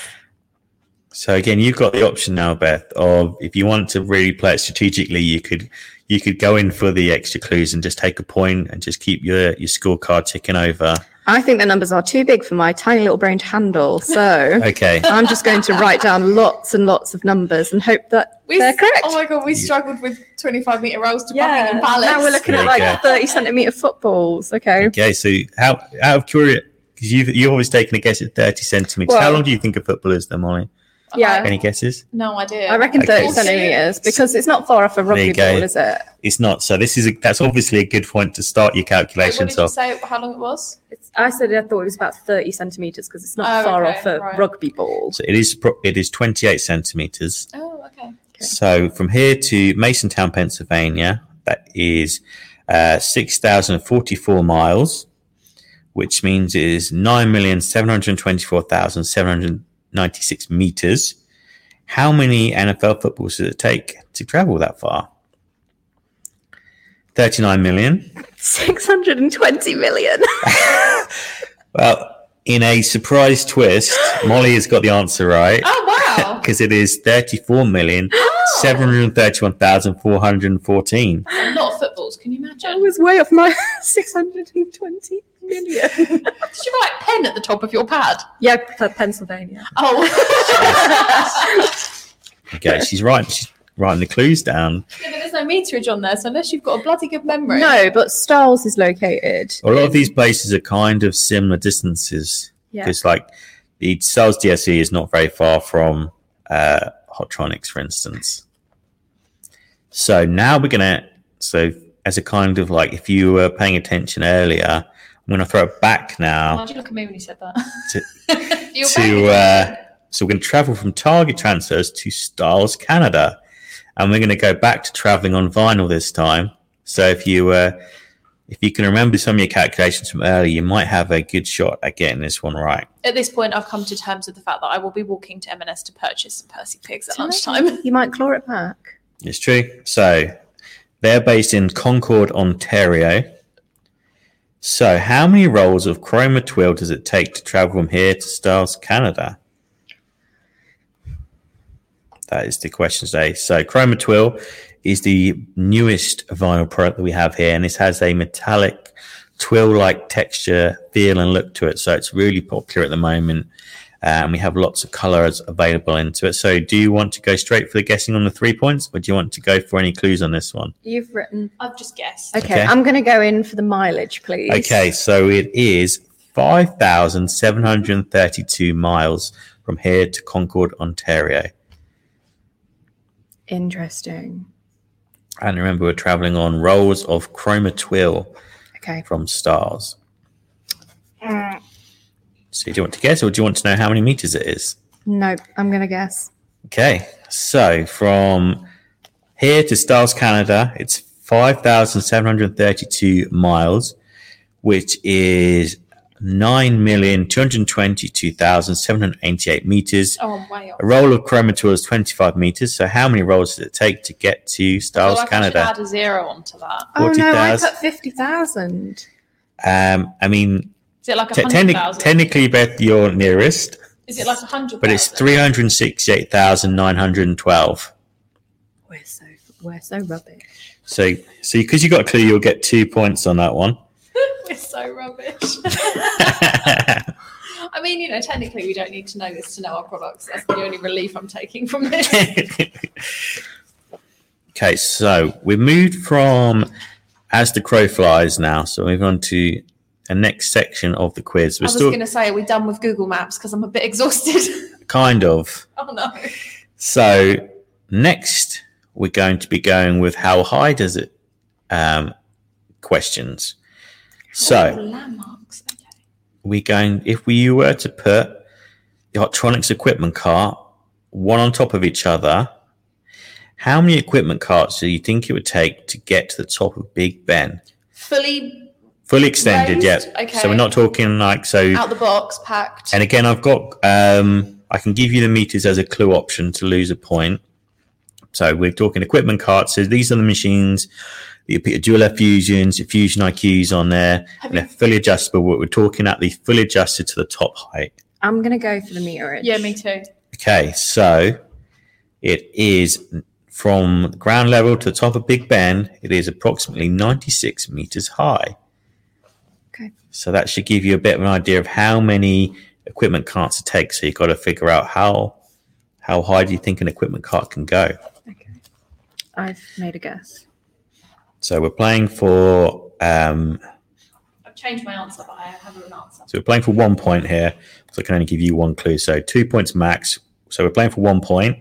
[SPEAKER 2] So again, you've got the option now, Beth, of if you want to really play it strategically, you could you could go in for the extra clues and just take a point and just keep your your scorecard ticking over.
[SPEAKER 3] I think the numbers are too big for my tiny little brain to handle, so
[SPEAKER 2] Okay.
[SPEAKER 3] I'm just going to write down lots and lots of numbers and hope that
[SPEAKER 1] We
[SPEAKER 3] they're
[SPEAKER 1] s-
[SPEAKER 3] correct.
[SPEAKER 1] Oh my god, we
[SPEAKER 2] Yeah.
[SPEAKER 1] struggled with 25 meter rolls to
[SPEAKER 4] Yeah.
[SPEAKER 1] Buckingham Palace.
[SPEAKER 3] now we're looking at
[SPEAKER 2] There you
[SPEAKER 3] like
[SPEAKER 1] go.
[SPEAKER 3] 30 centimeter footballs. Okay.
[SPEAKER 2] Okay. So how out of curious, because you've you've always taken a guess at thirty centimeters. how
[SPEAKER 3] Well-
[SPEAKER 2] long do you think a football is, then, Molly?
[SPEAKER 3] Yeah.
[SPEAKER 2] Any guesses?
[SPEAKER 1] No idea.
[SPEAKER 3] I reckon
[SPEAKER 2] Okay.
[SPEAKER 3] 30 centimetres because it's not far off a
[SPEAKER 2] There
[SPEAKER 3] rugby
[SPEAKER 2] you go.
[SPEAKER 3] ball, is it?
[SPEAKER 2] It's not. So this is a, that's obviously a good point to start your
[SPEAKER 1] Wait, what
[SPEAKER 2] calculations
[SPEAKER 1] did you
[SPEAKER 2] off.
[SPEAKER 1] say? How long it was?
[SPEAKER 4] It's, I said I thought it was about 30 centimetres because it's not
[SPEAKER 1] Oh,
[SPEAKER 4] far
[SPEAKER 1] okay,
[SPEAKER 4] off a
[SPEAKER 1] right.
[SPEAKER 4] rugby ball.
[SPEAKER 2] So it is pro- it is 28 centimeters.
[SPEAKER 1] Oh, okay.
[SPEAKER 2] So from here to Masontown, Pennsylvania, that is uh, 6,044 miles, which means it is 9,724,796 meters. How many NFL footballs does it take to travel that far? 39 million.
[SPEAKER 4] 620 million.
[SPEAKER 2] Well, in a surprise twist, Molly has got the answer right.
[SPEAKER 1] Oh, wow.
[SPEAKER 2] Because it is thirty-four million seven hundred thirty-one thousand four hundred fourteen.
[SPEAKER 1] a lot of footballs. Can you
[SPEAKER 4] That
[SPEAKER 1] imagine?
[SPEAKER 4] was way off my 620 million.
[SPEAKER 1] Did you write pen at the top of your pad?
[SPEAKER 4] yeah, for Pennsylvania.
[SPEAKER 1] Oh.
[SPEAKER 2] Okay, she's right. She's writing the clues down.
[SPEAKER 1] yeah, but there's no meterage on there, so unless you've got a bloody good memory.
[SPEAKER 3] No, but Styles is located.
[SPEAKER 2] A lot of these places are kind of similar distances.
[SPEAKER 3] Yeah.
[SPEAKER 2] Because, like, the Sales DSE is not very far from uh, Hotronics, for instance. So now we're going to, so as a kind of like, if you were paying attention earlier, I'm going to throw it back now.
[SPEAKER 1] Why did you look at me when you said that?
[SPEAKER 2] To-
[SPEAKER 1] You're
[SPEAKER 2] to
[SPEAKER 1] back.
[SPEAKER 2] uh, so we're going to travel from Target transfers to Styles Canada, and we're going to go back to traveling on vinyl this time. So if you uh, if you can remember some of your calculations from earlier, you might have a good shot at getting this one right.
[SPEAKER 1] At this point, I've come to terms with the fact that I will be walking to M&S to purchase some Percy pigs at lunchtime.
[SPEAKER 3] You might claw it back.
[SPEAKER 2] It's true. So they're based in Concord, Ontario. So how many rolls of chroma twill does it take to travel from here to Styles Canada? That is the question today. So chroma twill is the newest vinyl product that we have here, and this has a metallic twill-like texture, feel, and look to it. So it's really popular at the moment, and we have lots of colors available into it. So do you want to go straight for the guessing on the three points, or do you want to go for any clues on this one?
[SPEAKER 4] You've written.
[SPEAKER 1] I've just guessed.
[SPEAKER 3] Okay,
[SPEAKER 2] Okay.
[SPEAKER 3] I'm going to go in for the mileage, please.
[SPEAKER 2] Okay, so it is 5,732 miles from here to Concord, Ontario.
[SPEAKER 3] Interesting.
[SPEAKER 2] And remember, we're traveling on rolls of chroma twill
[SPEAKER 3] Okay.
[SPEAKER 2] from stars. So, do you want to guess or do you want to know how many meters it is?
[SPEAKER 3] Nope, I'm going to guess.
[SPEAKER 2] Okay, so from here to Stars Canada, it's 5,732 miles, which is 9,222,788 meters.
[SPEAKER 1] Oh, I'm way off.
[SPEAKER 2] A roll of chromator is 25 meters. So, how many rolls does it take to get to
[SPEAKER 1] Oh,
[SPEAKER 2] Stars
[SPEAKER 1] I should
[SPEAKER 2] Canada?
[SPEAKER 1] add a zero onto that.
[SPEAKER 3] Oh no, I
[SPEAKER 2] 40,000.
[SPEAKER 3] put 50,000.
[SPEAKER 2] Um, I mean,
[SPEAKER 1] Is it like a
[SPEAKER 2] te-
[SPEAKER 1] hundred
[SPEAKER 2] technic-
[SPEAKER 1] thousand?
[SPEAKER 2] technically, Beth, you're nearest,
[SPEAKER 1] Is it like a hundred?
[SPEAKER 2] but it's
[SPEAKER 1] thousand?
[SPEAKER 2] 368,912.
[SPEAKER 3] We're so we're so rubbish.
[SPEAKER 2] So, so because you got a clue, you'll get two points on that one.
[SPEAKER 1] We're so rubbish. I mean, you know, technically we don't need to know this to know our products. That's the only relief I'm taking from this.
[SPEAKER 2] okay, so we moved from as the crow flies now, so we're moving on to a next section of the quiz.
[SPEAKER 1] I
[SPEAKER 2] We're
[SPEAKER 1] was
[SPEAKER 2] still
[SPEAKER 1] going to say, are we done with Google Maps? Because I'm a bit exhausted.
[SPEAKER 2] kind of.
[SPEAKER 1] oh no.
[SPEAKER 2] So next, we're going to be going with how high does it um, questions. So.
[SPEAKER 1] Oh, landmarks. Okay.
[SPEAKER 2] we going if we were to put the electronics equipment cart one on top of each other how many equipment carts do you think it would take to get to the top of big ben
[SPEAKER 1] Fully
[SPEAKER 2] fully extended
[SPEAKER 1] Raised?
[SPEAKER 2] yep
[SPEAKER 1] Okay.
[SPEAKER 2] so we're not talking like so
[SPEAKER 1] out the box, packed.
[SPEAKER 2] and again i've got um i can give you the meters as a clue option to lose a point so we're talking equipment carts so these are the machines you put your dual F fusions, your fusion IQs on there,
[SPEAKER 1] Have
[SPEAKER 2] and they're fully adjustable. We're we're talking at the fully adjusted to the top height.
[SPEAKER 3] I'm going to go for the meterage.
[SPEAKER 1] yeah, me too.
[SPEAKER 2] Okay, so it is from ground level to the top of Big Ben, it is approximately 96 meters high.
[SPEAKER 3] Okay.
[SPEAKER 2] So that should give you a bit of an idea of how many equipment carts it takes. So you've got to figure out how how high do you think an equipment cart can go.
[SPEAKER 3] Okay. I've made a guess.
[SPEAKER 2] So we're playing for um,
[SPEAKER 1] I've changed my answer, but I haven't an answer.
[SPEAKER 2] so we're playing for one point here. So I can only give you one clue. So two points max. So we're playing for one point.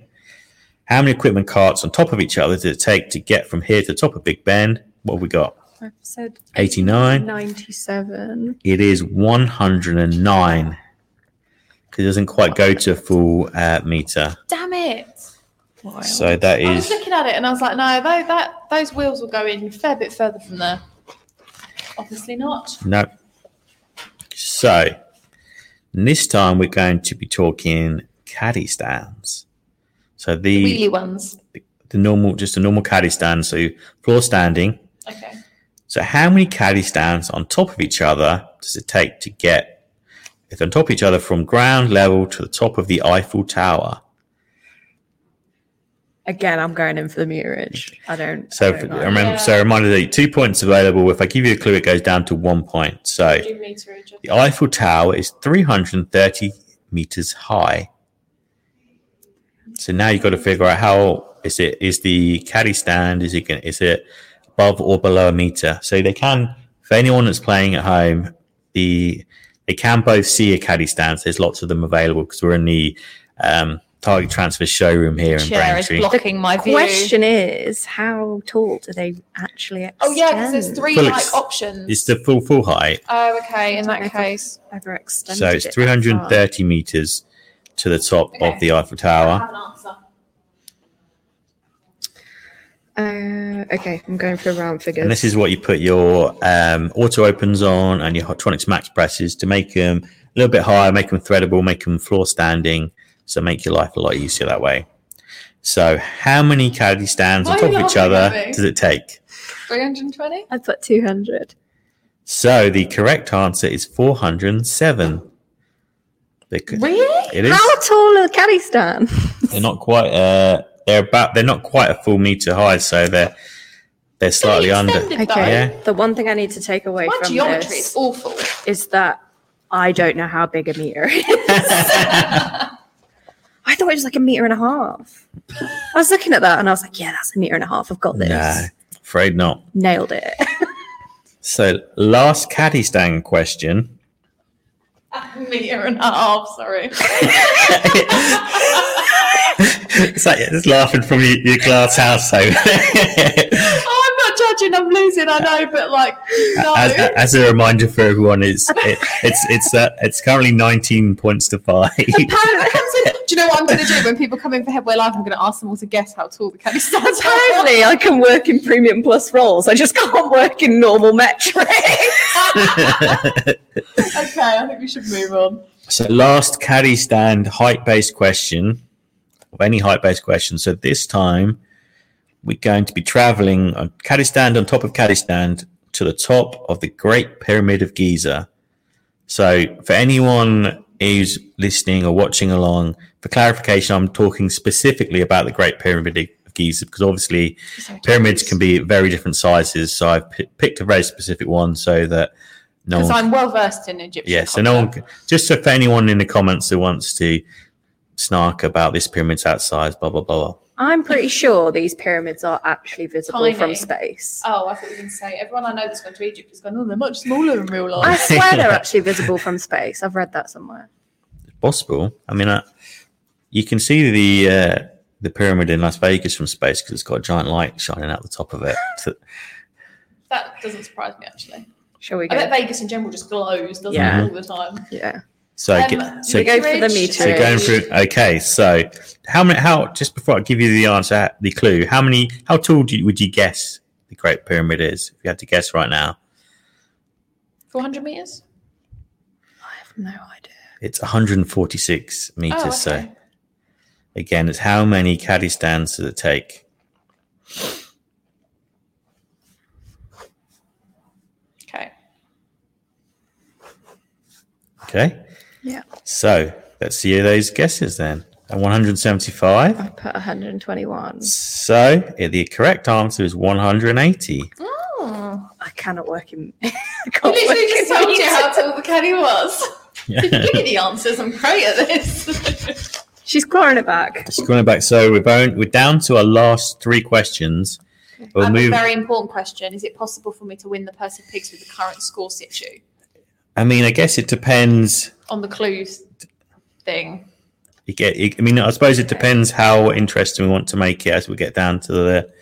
[SPEAKER 2] How many equipment carts on top of each other did it take to get from here to the top of Big Ben? What have we got?
[SPEAKER 4] I've said
[SPEAKER 2] 89.
[SPEAKER 3] 97.
[SPEAKER 2] It is 109. 'Cause It doesn't quite go to full uh, meter.
[SPEAKER 1] Damn it. Wild.
[SPEAKER 2] So that
[SPEAKER 1] I was
[SPEAKER 2] is.
[SPEAKER 1] looking at it and I was like, no, tho- that those wheels will go in a fair bit further from there. Obviously not.
[SPEAKER 2] No. So, this time we're going to be talking caddy stands. So the
[SPEAKER 1] Wheelie ones.
[SPEAKER 2] the normal, just a normal caddy stand. So floor standing.
[SPEAKER 1] Okay.
[SPEAKER 2] So how many caddy stands on top of each other does it take to get if on top of each other from ground level to the top of the Eiffel Tower?
[SPEAKER 3] Again, I'm going in for the mirage.
[SPEAKER 4] I don't.
[SPEAKER 2] So
[SPEAKER 4] I
[SPEAKER 2] if,
[SPEAKER 4] don't
[SPEAKER 2] I
[SPEAKER 4] know.
[SPEAKER 2] remember,
[SPEAKER 1] Yeah.
[SPEAKER 2] so a reminder that two points available. If I give you a clue, it goes down to one point. So
[SPEAKER 1] Do meterage.
[SPEAKER 2] the Eiffel Tower is 330 meters high. So now you've got to figure out how is it is the caddy stand is it gonna- is it above or below a meter? So they can for anyone that's playing at home, the they can both see a caddy stand. There's lots of them available because we're in the um, Target Transfer showroom here in
[SPEAKER 1] chair is
[SPEAKER 2] Braintree.
[SPEAKER 1] blocking my view.
[SPEAKER 4] Question.
[SPEAKER 3] Question is, how tall do they actually extend?
[SPEAKER 1] Oh yeah, because there's three
[SPEAKER 2] Full
[SPEAKER 1] like
[SPEAKER 2] ex-
[SPEAKER 1] options.
[SPEAKER 2] It's the full full height.
[SPEAKER 1] oh okay. In
[SPEAKER 4] I don't know if
[SPEAKER 1] that
[SPEAKER 4] I've
[SPEAKER 1] case,
[SPEAKER 4] Ever extended
[SPEAKER 2] So it's
[SPEAKER 4] it that
[SPEAKER 2] 330 meters to the top
[SPEAKER 1] Okay.
[SPEAKER 2] of the Eiffel Tower.
[SPEAKER 1] an answer.
[SPEAKER 3] Uh, okay, I'm going for round figures.
[SPEAKER 2] And this is what you put your um, auto opens on and your Hotronics Max presses to make them a little bit higher, make them threadable, make them floor standing. So make your life a lot easier that way. So how many caddy stands on
[SPEAKER 1] Why are
[SPEAKER 2] top
[SPEAKER 1] you
[SPEAKER 2] of each
[SPEAKER 1] laughing
[SPEAKER 2] other
[SPEAKER 1] at me?
[SPEAKER 2] does it take?
[SPEAKER 1] 320?
[SPEAKER 3] I put 200.
[SPEAKER 2] So the correct answer is 407. Because
[SPEAKER 1] Really?
[SPEAKER 2] it is.
[SPEAKER 3] How tall are caddy stand?
[SPEAKER 2] They're not quite. Uh, they're about. They're not quite a full meter high, so they're they're slightly under.
[SPEAKER 1] Extended, though.
[SPEAKER 3] Okay.
[SPEAKER 2] Yeah.
[SPEAKER 4] far? The one thing I need to take away
[SPEAKER 1] My
[SPEAKER 4] from
[SPEAKER 1] geometry
[SPEAKER 4] this
[SPEAKER 1] is awful.
[SPEAKER 4] is that
[SPEAKER 3] I don't know how big a meter is. I thought it was like a meter and a half. I was looking at that and I was like, yeah, that's a meter and a half. I've got this.
[SPEAKER 2] No, afraid not.
[SPEAKER 3] Nailed it.
[SPEAKER 2] So, last caddy stand question.
[SPEAKER 1] Meter and a half, sorry.
[SPEAKER 2] it's like it's laughing from your, your glass house. So, as,
[SPEAKER 1] Oh, I'm not judging, I'm losing, I know, but like, no.
[SPEAKER 2] as a reminder for everyone, it's it, it's it's uh, it's currently nineteen points to five.
[SPEAKER 1] do you know what I'm going to do when people come in for Headway Live? I'm going to ask them all to guess how tall the caddy stands are.
[SPEAKER 3] Apparently, I can work in premium plus roles. I just can't work in normal metric.
[SPEAKER 1] okay, I think we should move on.
[SPEAKER 2] So, last caddy stand height based question, of any height based question. So, this time we're going to be traveling on caddy stand on top of caddy stand to the top of the Great Pyramid of Giza. So, for anyone who's listening or watching along, for clarification, I'm talking specifically about the Great Pyramid of Giza because obviously pyramids can be very different sizes. So, I've p- picked a very specific one so that no
[SPEAKER 1] Because
[SPEAKER 2] one
[SPEAKER 1] I'm well versed in Egyptian.
[SPEAKER 2] yeah, so no
[SPEAKER 1] culture.
[SPEAKER 2] one, c- just so for anyone in the comments who wants to snark about this pyramid's outside, blah, blah, blah, blah.
[SPEAKER 4] I'm pretty sure these pyramids are actually visible
[SPEAKER 1] Tiny.
[SPEAKER 4] from space.
[SPEAKER 1] Oh, I thought you were going to say everyone I know that's gone to Egypt has gone. Oh, they're much smaller in real
[SPEAKER 4] I
[SPEAKER 1] life.
[SPEAKER 4] swear they're actually visible from space. I've read that somewhere.
[SPEAKER 2] It's possible. I mean, uh, you can see the uh, the pyramid in Las Vegas from space because it's got a giant light shining out the top of it. So-
[SPEAKER 1] That doesn't surprise me actually.
[SPEAKER 4] Shall we
[SPEAKER 1] I bet
[SPEAKER 4] go?
[SPEAKER 1] Vegas in general just glows, doesn't
[SPEAKER 2] Yeah.
[SPEAKER 1] it, all the time?
[SPEAKER 3] Yeah.
[SPEAKER 2] So,
[SPEAKER 1] Um,
[SPEAKER 2] ge-
[SPEAKER 1] we
[SPEAKER 2] so,
[SPEAKER 4] go for the
[SPEAKER 1] meterage.
[SPEAKER 4] meterage.
[SPEAKER 2] so going through. Okay, so how many? How just before I give you the answer, the clue. How many? How tall do you, would you guess the Great Pyramid is? If you had to guess right now,
[SPEAKER 1] 400 meters.
[SPEAKER 3] I have no idea. it's
[SPEAKER 2] it's 146 meters.
[SPEAKER 1] Oh,
[SPEAKER 2] So
[SPEAKER 1] okay.
[SPEAKER 2] Again, it's how many caddy stands does it take?
[SPEAKER 1] okay.
[SPEAKER 2] Okay.
[SPEAKER 3] Yeah.
[SPEAKER 2] So let's see those guesses then. And 175.
[SPEAKER 3] I put 121.
[SPEAKER 2] So eh, the correct answer is 180.
[SPEAKER 1] Oh.
[SPEAKER 4] I cannot work in. I
[SPEAKER 1] I
[SPEAKER 4] can't work
[SPEAKER 1] literally
[SPEAKER 4] in
[SPEAKER 1] just told you
[SPEAKER 4] meters.
[SPEAKER 1] how tall the caddy was. Give me the answers. I'm great at this.
[SPEAKER 4] She's clawing it back.
[SPEAKER 2] Scrolling back. So we're, bone, we're down to our last three questions. We'll
[SPEAKER 1] and a
[SPEAKER 2] move.
[SPEAKER 1] very important question: Is it possible for me to win the person pigs with the current score situ
[SPEAKER 2] I mean, I guess it depends.
[SPEAKER 1] on the clues thing?
[SPEAKER 2] You get. you- I mean, I suppose it depends how interesting we want to make it as we get down to the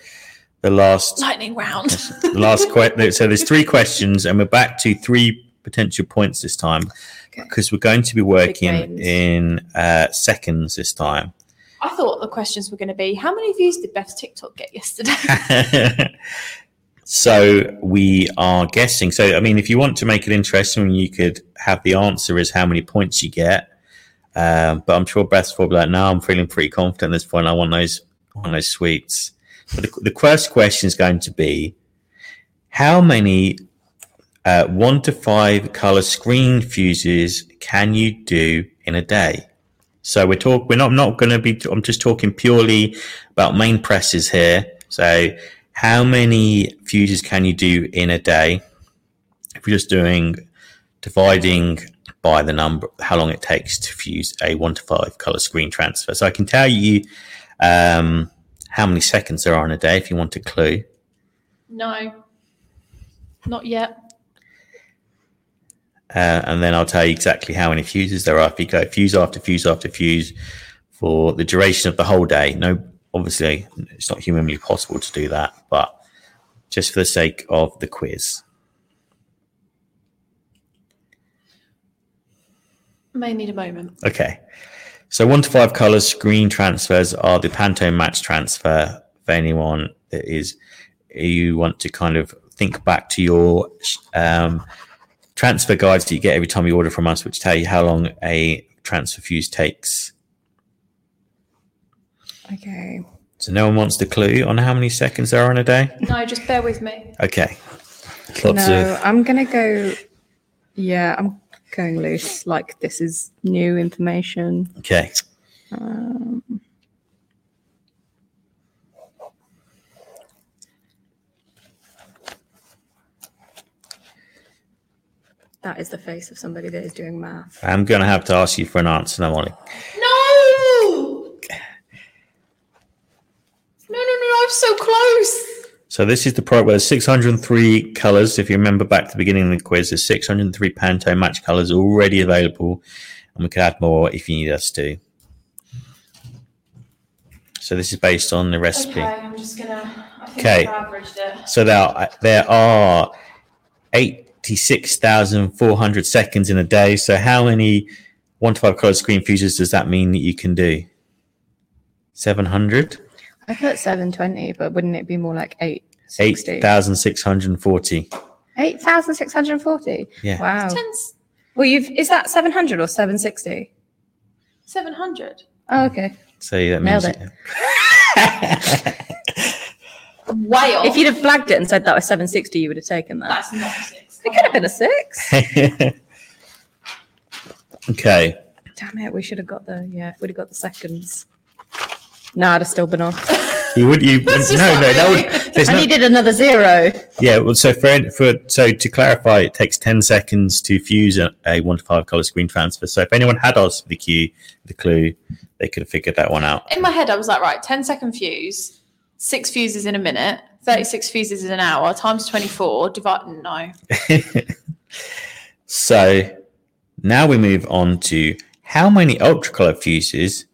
[SPEAKER 2] the last
[SPEAKER 1] Lightning round.
[SPEAKER 2] the last question. So there's three questions, and we're back to three potential points this time
[SPEAKER 3] Okay.
[SPEAKER 2] because we're going to be working
[SPEAKER 3] gains.
[SPEAKER 2] in uh, seconds this time.
[SPEAKER 1] I thought the questions were going to be how many views did Beth's TikTok get yesterday?
[SPEAKER 2] so we are guessing. So I mean, if you want to make it interesting, you could have the answer is how many points you get. Um, but I'm sure Beth's probably like, no, I'm feeling pretty confident at this point. I want those, I want those sweets. But the, the first question is going to be, how many uh, one to five color screen fuses can you do in a day? So we're talk. We're not I'm not going to be. I'm just talking purely about main presses here. So how many fuses can you do in a day? If you're just doing dividing by the number, how long it takes to fuse a one to five color screen transfer. So I can tell you um, how many seconds there are in a day if you want a clue.
[SPEAKER 1] no, not yet.
[SPEAKER 2] Uh, and then I'll tell you exactly how many fuses there are if you go fuse after fuse after fuse for the duration of the whole day. No, obviously, it's not humanly possible to do that, but just for the sake of the quiz.
[SPEAKER 1] May need a moment.
[SPEAKER 2] Okay. So one to five colors screen transfers are the Pantone match transfer for anyone that is you want to kind of think back to your um, transfer guides that you get every time you order from us, which tell you how long a transfer fuse takes.
[SPEAKER 3] Okay.
[SPEAKER 2] So no one wants the clue on how many seconds there are in a day.
[SPEAKER 1] No, just bear with me.
[SPEAKER 2] Okay. Lots
[SPEAKER 3] no,
[SPEAKER 2] of
[SPEAKER 3] I'm gonna go. Yeah, I'm going loose. Like this is new information.
[SPEAKER 2] okay.
[SPEAKER 3] Um, that is the face of somebody that is doing math.
[SPEAKER 2] I'm gonna have to ask you for an answer now, Molly.
[SPEAKER 1] No! No, no, no, I'm so close.
[SPEAKER 2] So this is the product where there's 603 colors. If you remember back to the beginning of the quiz, there's 603 Pantone match colors already available, and we could add more if you need us to. So this is based on the recipe.
[SPEAKER 1] Okay, I'm just gonna. I think
[SPEAKER 2] Okay.
[SPEAKER 1] I've averaged it.
[SPEAKER 2] So there are, there are 86,400 seconds in a day. So how many one to five color screen fuses does that mean that you can do? 700?
[SPEAKER 3] I put 720, but wouldn't it be more like 860?
[SPEAKER 2] 8,640.
[SPEAKER 3] 8,640.
[SPEAKER 2] Yeah.
[SPEAKER 3] Wow.
[SPEAKER 1] Ten's
[SPEAKER 3] Well, you've is that 700 or 760?
[SPEAKER 1] 700.
[SPEAKER 3] Oh, okay.
[SPEAKER 2] So that means
[SPEAKER 3] Nailed
[SPEAKER 1] Wow.
[SPEAKER 4] If you'd have flagged it and said that was 760, you would have taken that.
[SPEAKER 1] That's not six.
[SPEAKER 4] It could have been a six.
[SPEAKER 2] okay.
[SPEAKER 4] Damn it, we should have got the, yeah, we'd have got the seconds. No, I'd have still been off.
[SPEAKER 2] You would you no no
[SPEAKER 1] That's just not
[SPEAKER 2] that would there's
[SPEAKER 4] I
[SPEAKER 2] no,
[SPEAKER 4] needed another zero.
[SPEAKER 2] yeah well so for for so to clarify it takes ten seconds to fuse a, a one to five color screen transfer so if anyone had asked for the cue the clue they could have figured that one out
[SPEAKER 1] In my head, I was like, right, 10 second fuse, six fuses in a minute, 36 fuses in an hour, times 24, divide. No.
[SPEAKER 2] so now we move on to how many ultra color fuses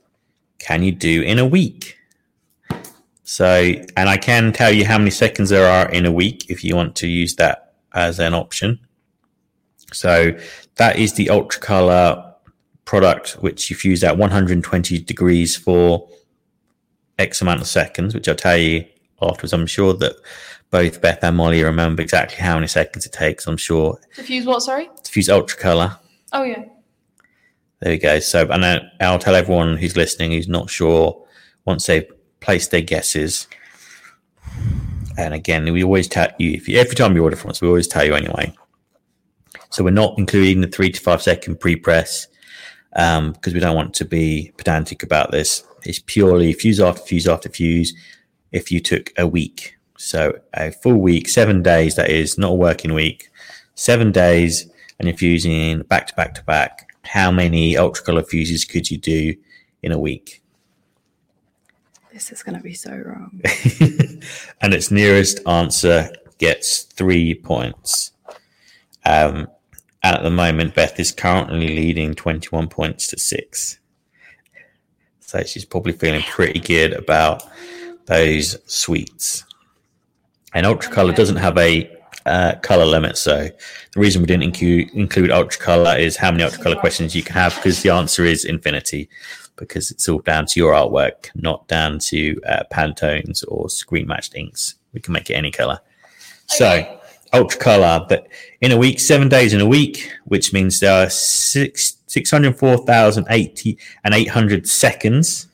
[SPEAKER 2] can you do in a week so and I can tell you how many seconds there are in a week if you want to use that as an option So that is the Ultracolor product, which you fuse at 120 degrees for X amount of seconds, which I'll tell you afterwards. I'm sure that both Beth and Molly remember exactly how many seconds it takes, I'm sure,
[SPEAKER 1] To fuse what, sorry?
[SPEAKER 2] to fuse Ultracolor.
[SPEAKER 1] Oh, yeah.
[SPEAKER 2] There you go. So, and I, I'll tell everyone who's listening who's not sure once they've placed their guesses. And again, we always tell you, if you every time you order from us, we always tell you anyway. So we're not including the three to five second pre press um, because we don't want to be pedantic about this. It's purely fuse after fuse after fuse. If you took a week, so a full week, seven days, that is not a working week, seven days, and if you're using back to back to back, how many ultracolor fuses could you do in a week?
[SPEAKER 3] This is going to be so wrong.
[SPEAKER 2] and its nearest answer gets three points. Um, at the moment, Beth is currently leading 21 points to six. So she's probably feeling pretty good about those sweets. And Ultracolor doesn't have a uh, color limit. So the reason we didn't incu- include Ultracolor is how many Ultracolor questions you can have because the answer is infinity because it's all down to your artwork, not down to uh, Pantones or screen matched inks. We can make it any color. So Ultracolor, but in a week, seven days in a week, which means there are six, 604,080 and 800 seconds.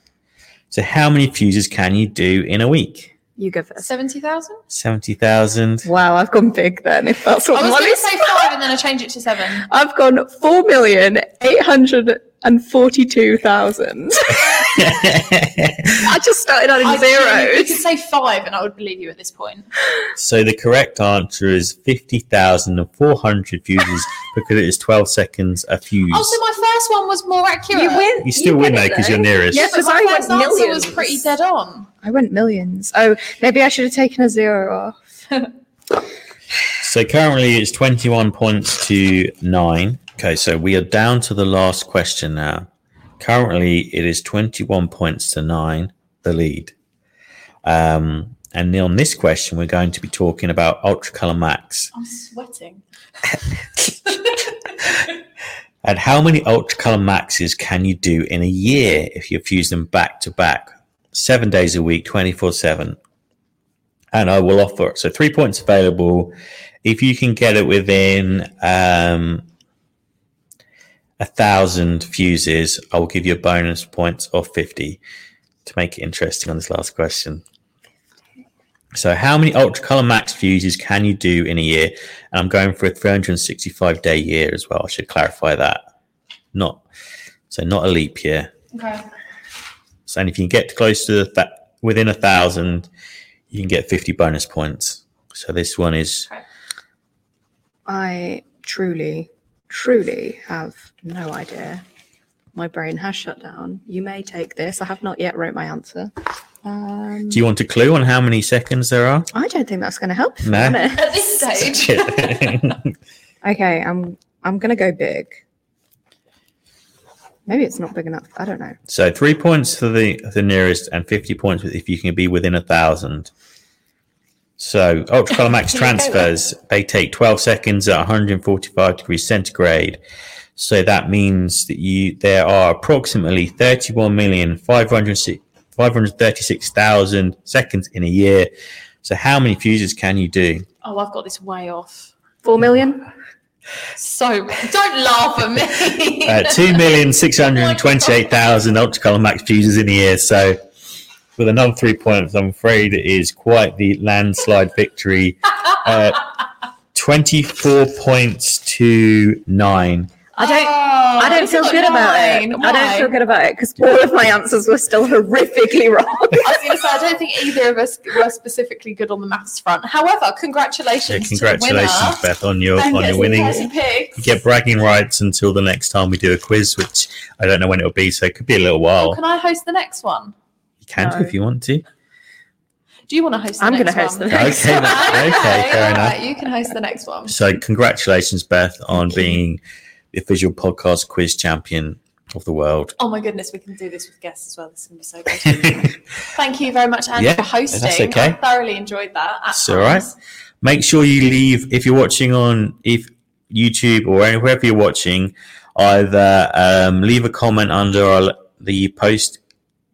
[SPEAKER 2] So how many fuses can you do in a week?
[SPEAKER 3] You go first.
[SPEAKER 1] 70,000?
[SPEAKER 2] 70,000.
[SPEAKER 3] Wow, I've gone big then. If that's what
[SPEAKER 1] I was
[SPEAKER 3] my
[SPEAKER 1] going to
[SPEAKER 3] list-
[SPEAKER 1] say five and then I changed it to seven.
[SPEAKER 3] I've gone four million eight hundred and forty-two thousand. I just started out
[SPEAKER 1] I
[SPEAKER 3] in
[SPEAKER 1] You
[SPEAKER 3] zeros.
[SPEAKER 1] could say five and I would believe you at this point.
[SPEAKER 2] so the correct answer is 50,400 fuses because it is 12 seconds a fuse.
[SPEAKER 1] Oh, so my first one was more accurate.
[SPEAKER 2] you still win though because you're nearest.
[SPEAKER 3] Yeah,
[SPEAKER 1] But
[SPEAKER 3] I
[SPEAKER 1] my
[SPEAKER 3] went
[SPEAKER 1] first answer was
[SPEAKER 3] millions.
[SPEAKER 1] pretty dead on.
[SPEAKER 3] I went millions. Oh, maybe I should have taken a zero off.
[SPEAKER 2] So currently it's 21 points to 9. Okay, so we are down to the last question now. Currently it is 21 points to 9, the lead. Um, and on this question, we're going to be talking about Ultracolor Max.
[SPEAKER 1] I'm sweating.
[SPEAKER 2] And how many Ultracolor Maxes can you do in a year if you fuse them back to back, seven days a week, 24 7? And I will offer so three points available. If you can get it within um, a thousand fuses, I will give you a bonus points of 50 to make it interesting on this last question. So, how many Ultracolor Max fuses can you do in a year? And I'm going for a 365 day year as well. I should clarify that. Not so not a leap year.
[SPEAKER 1] Okay.
[SPEAKER 2] So, and if you can get close to the th- within a thousand, you can get 50 bonus points. So this one is
[SPEAKER 3] I truly, truly have no idea. My brain has shut down. You may take this. I have not yet wrote my answer. Um,
[SPEAKER 2] do you want a clue on how many seconds there are?
[SPEAKER 3] I don't think that's going to help. if I'm
[SPEAKER 2] No.
[SPEAKER 3] honest.
[SPEAKER 1] At this stage,
[SPEAKER 3] Okay, I'm I'm going to go big. Maybe it's not big enough. I don't know.
[SPEAKER 2] so three points for the the nearest and 50 points if you can be within a thousand. So oh, Ultracolor Max
[SPEAKER 1] Here we go.
[SPEAKER 2] transfers, they take 12 seconds at 145 degrees centigrade. So that means that you there are approximately 31,536,000 seconds in a year. So how many fuses can you do?
[SPEAKER 1] oh, I've got this way off.
[SPEAKER 3] Four million.
[SPEAKER 1] So don't laugh at me.
[SPEAKER 2] Uh, 2,628,000 ultracolor max fuses in a year. So with another three points, I'm afraid it is quite the landslide victory. Uh, 24 points to 9.
[SPEAKER 4] I don't.
[SPEAKER 1] Oh,
[SPEAKER 4] I don't feel good about it. I don't feel good about it because all of my answers were still horrifically wrong.
[SPEAKER 1] I was going to say I don't think either of us were specifically good on the maths front. However, congratulations,
[SPEAKER 2] So
[SPEAKER 1] to the winner.
[SPEAKER 2] congratulations, Beth, on your
[SPEAKER 1] And
[SPEAKER 2] on
[SPEAKER 1] gets
[SPEAKER 2] your
[SPEAKER 1] the
[SPEAKER 2] winning.
[SPEAKER 1] person picked.
[SPEAKER 2] You get bragging rights until the next time we do a quiz, which I don't know when it'll be, so it could be a little while.
[SPEAKER 1] Well, can I host the next one?
[SPEAKER 2] you can
[SPEAKER 4] No.
[SPEAKER 2] if you want to.
[SPEAKER 1] Do you want to host? The
[SPEAKER 4] I'm
[SPEAKER 1] going
[SPEAKER 4] gonna
[SPEAKER 1] to
[SPEAKER 4] host the
[SPEAKER 2] Okay,
[SPEAKER 4] next one.
[SPEAKER 2] then. okay, fair enough.
[SPEAKER 1] You can host the next one.
[SPEAKER 2] So, congratulations, Beth, on being the official podcast quiz champion of the world.
[SPEAKER 1] Oh my goodness, we can do this with guests as well. This is going to be so good. Thank you very much, Anne,
[SPEAKER 2] Yeah,
[SPEAKER 1] for hosting.
[SPEAKER 2] that's okay.
[SPEAKER 1] I thoroughly enjoyed that. at
[SPEAKER 2] It's all right.
[SPEAKER 1] times.
[SPEAKER 2] Make sure you leave if you're watching on if YouTube or any- wherever you're watching. Either um, leave a comment under our, the post,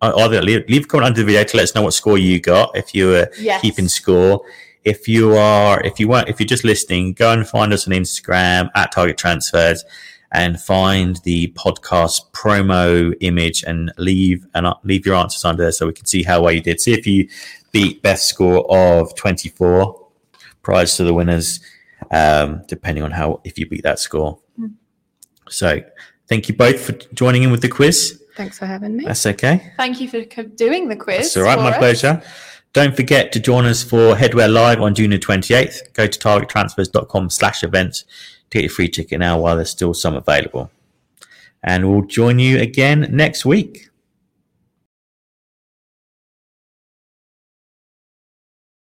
[SPEAKER 2] uh, either leave, leave a comment under the video to let us know what score you got if you were
[SPEAKER 1] Yes.
[SPEAKER 2] keeping score. If you are, if you weren't, if you're just listening, go and find us on Instagram at Target Transfers and find the podcast promo image and leave and uh, leave your answers under there so we can see how well you did. See if you beat Beth's score of 24 prize to the winners, um, depending on how if you beat that score. So, thank you both for joining in with the quiz.
[SPEAKER 3] Thanks for having me.
[SPEAKER 2] That's okay.
[SPEAKER 1] Thank you for co- doing the quiz.
[SPEAKER 2] That's all right.
[SPEAKER 1] for
[SPEAKER 2] My
[SPEAKER 1] us.
[SPEAKER 2] pleasure. Don't forget to join us for Headwear Live on June the 28th. Go to targettransfers.com slash events to get your free ticket now while there's still some available. And we'll join you again next week.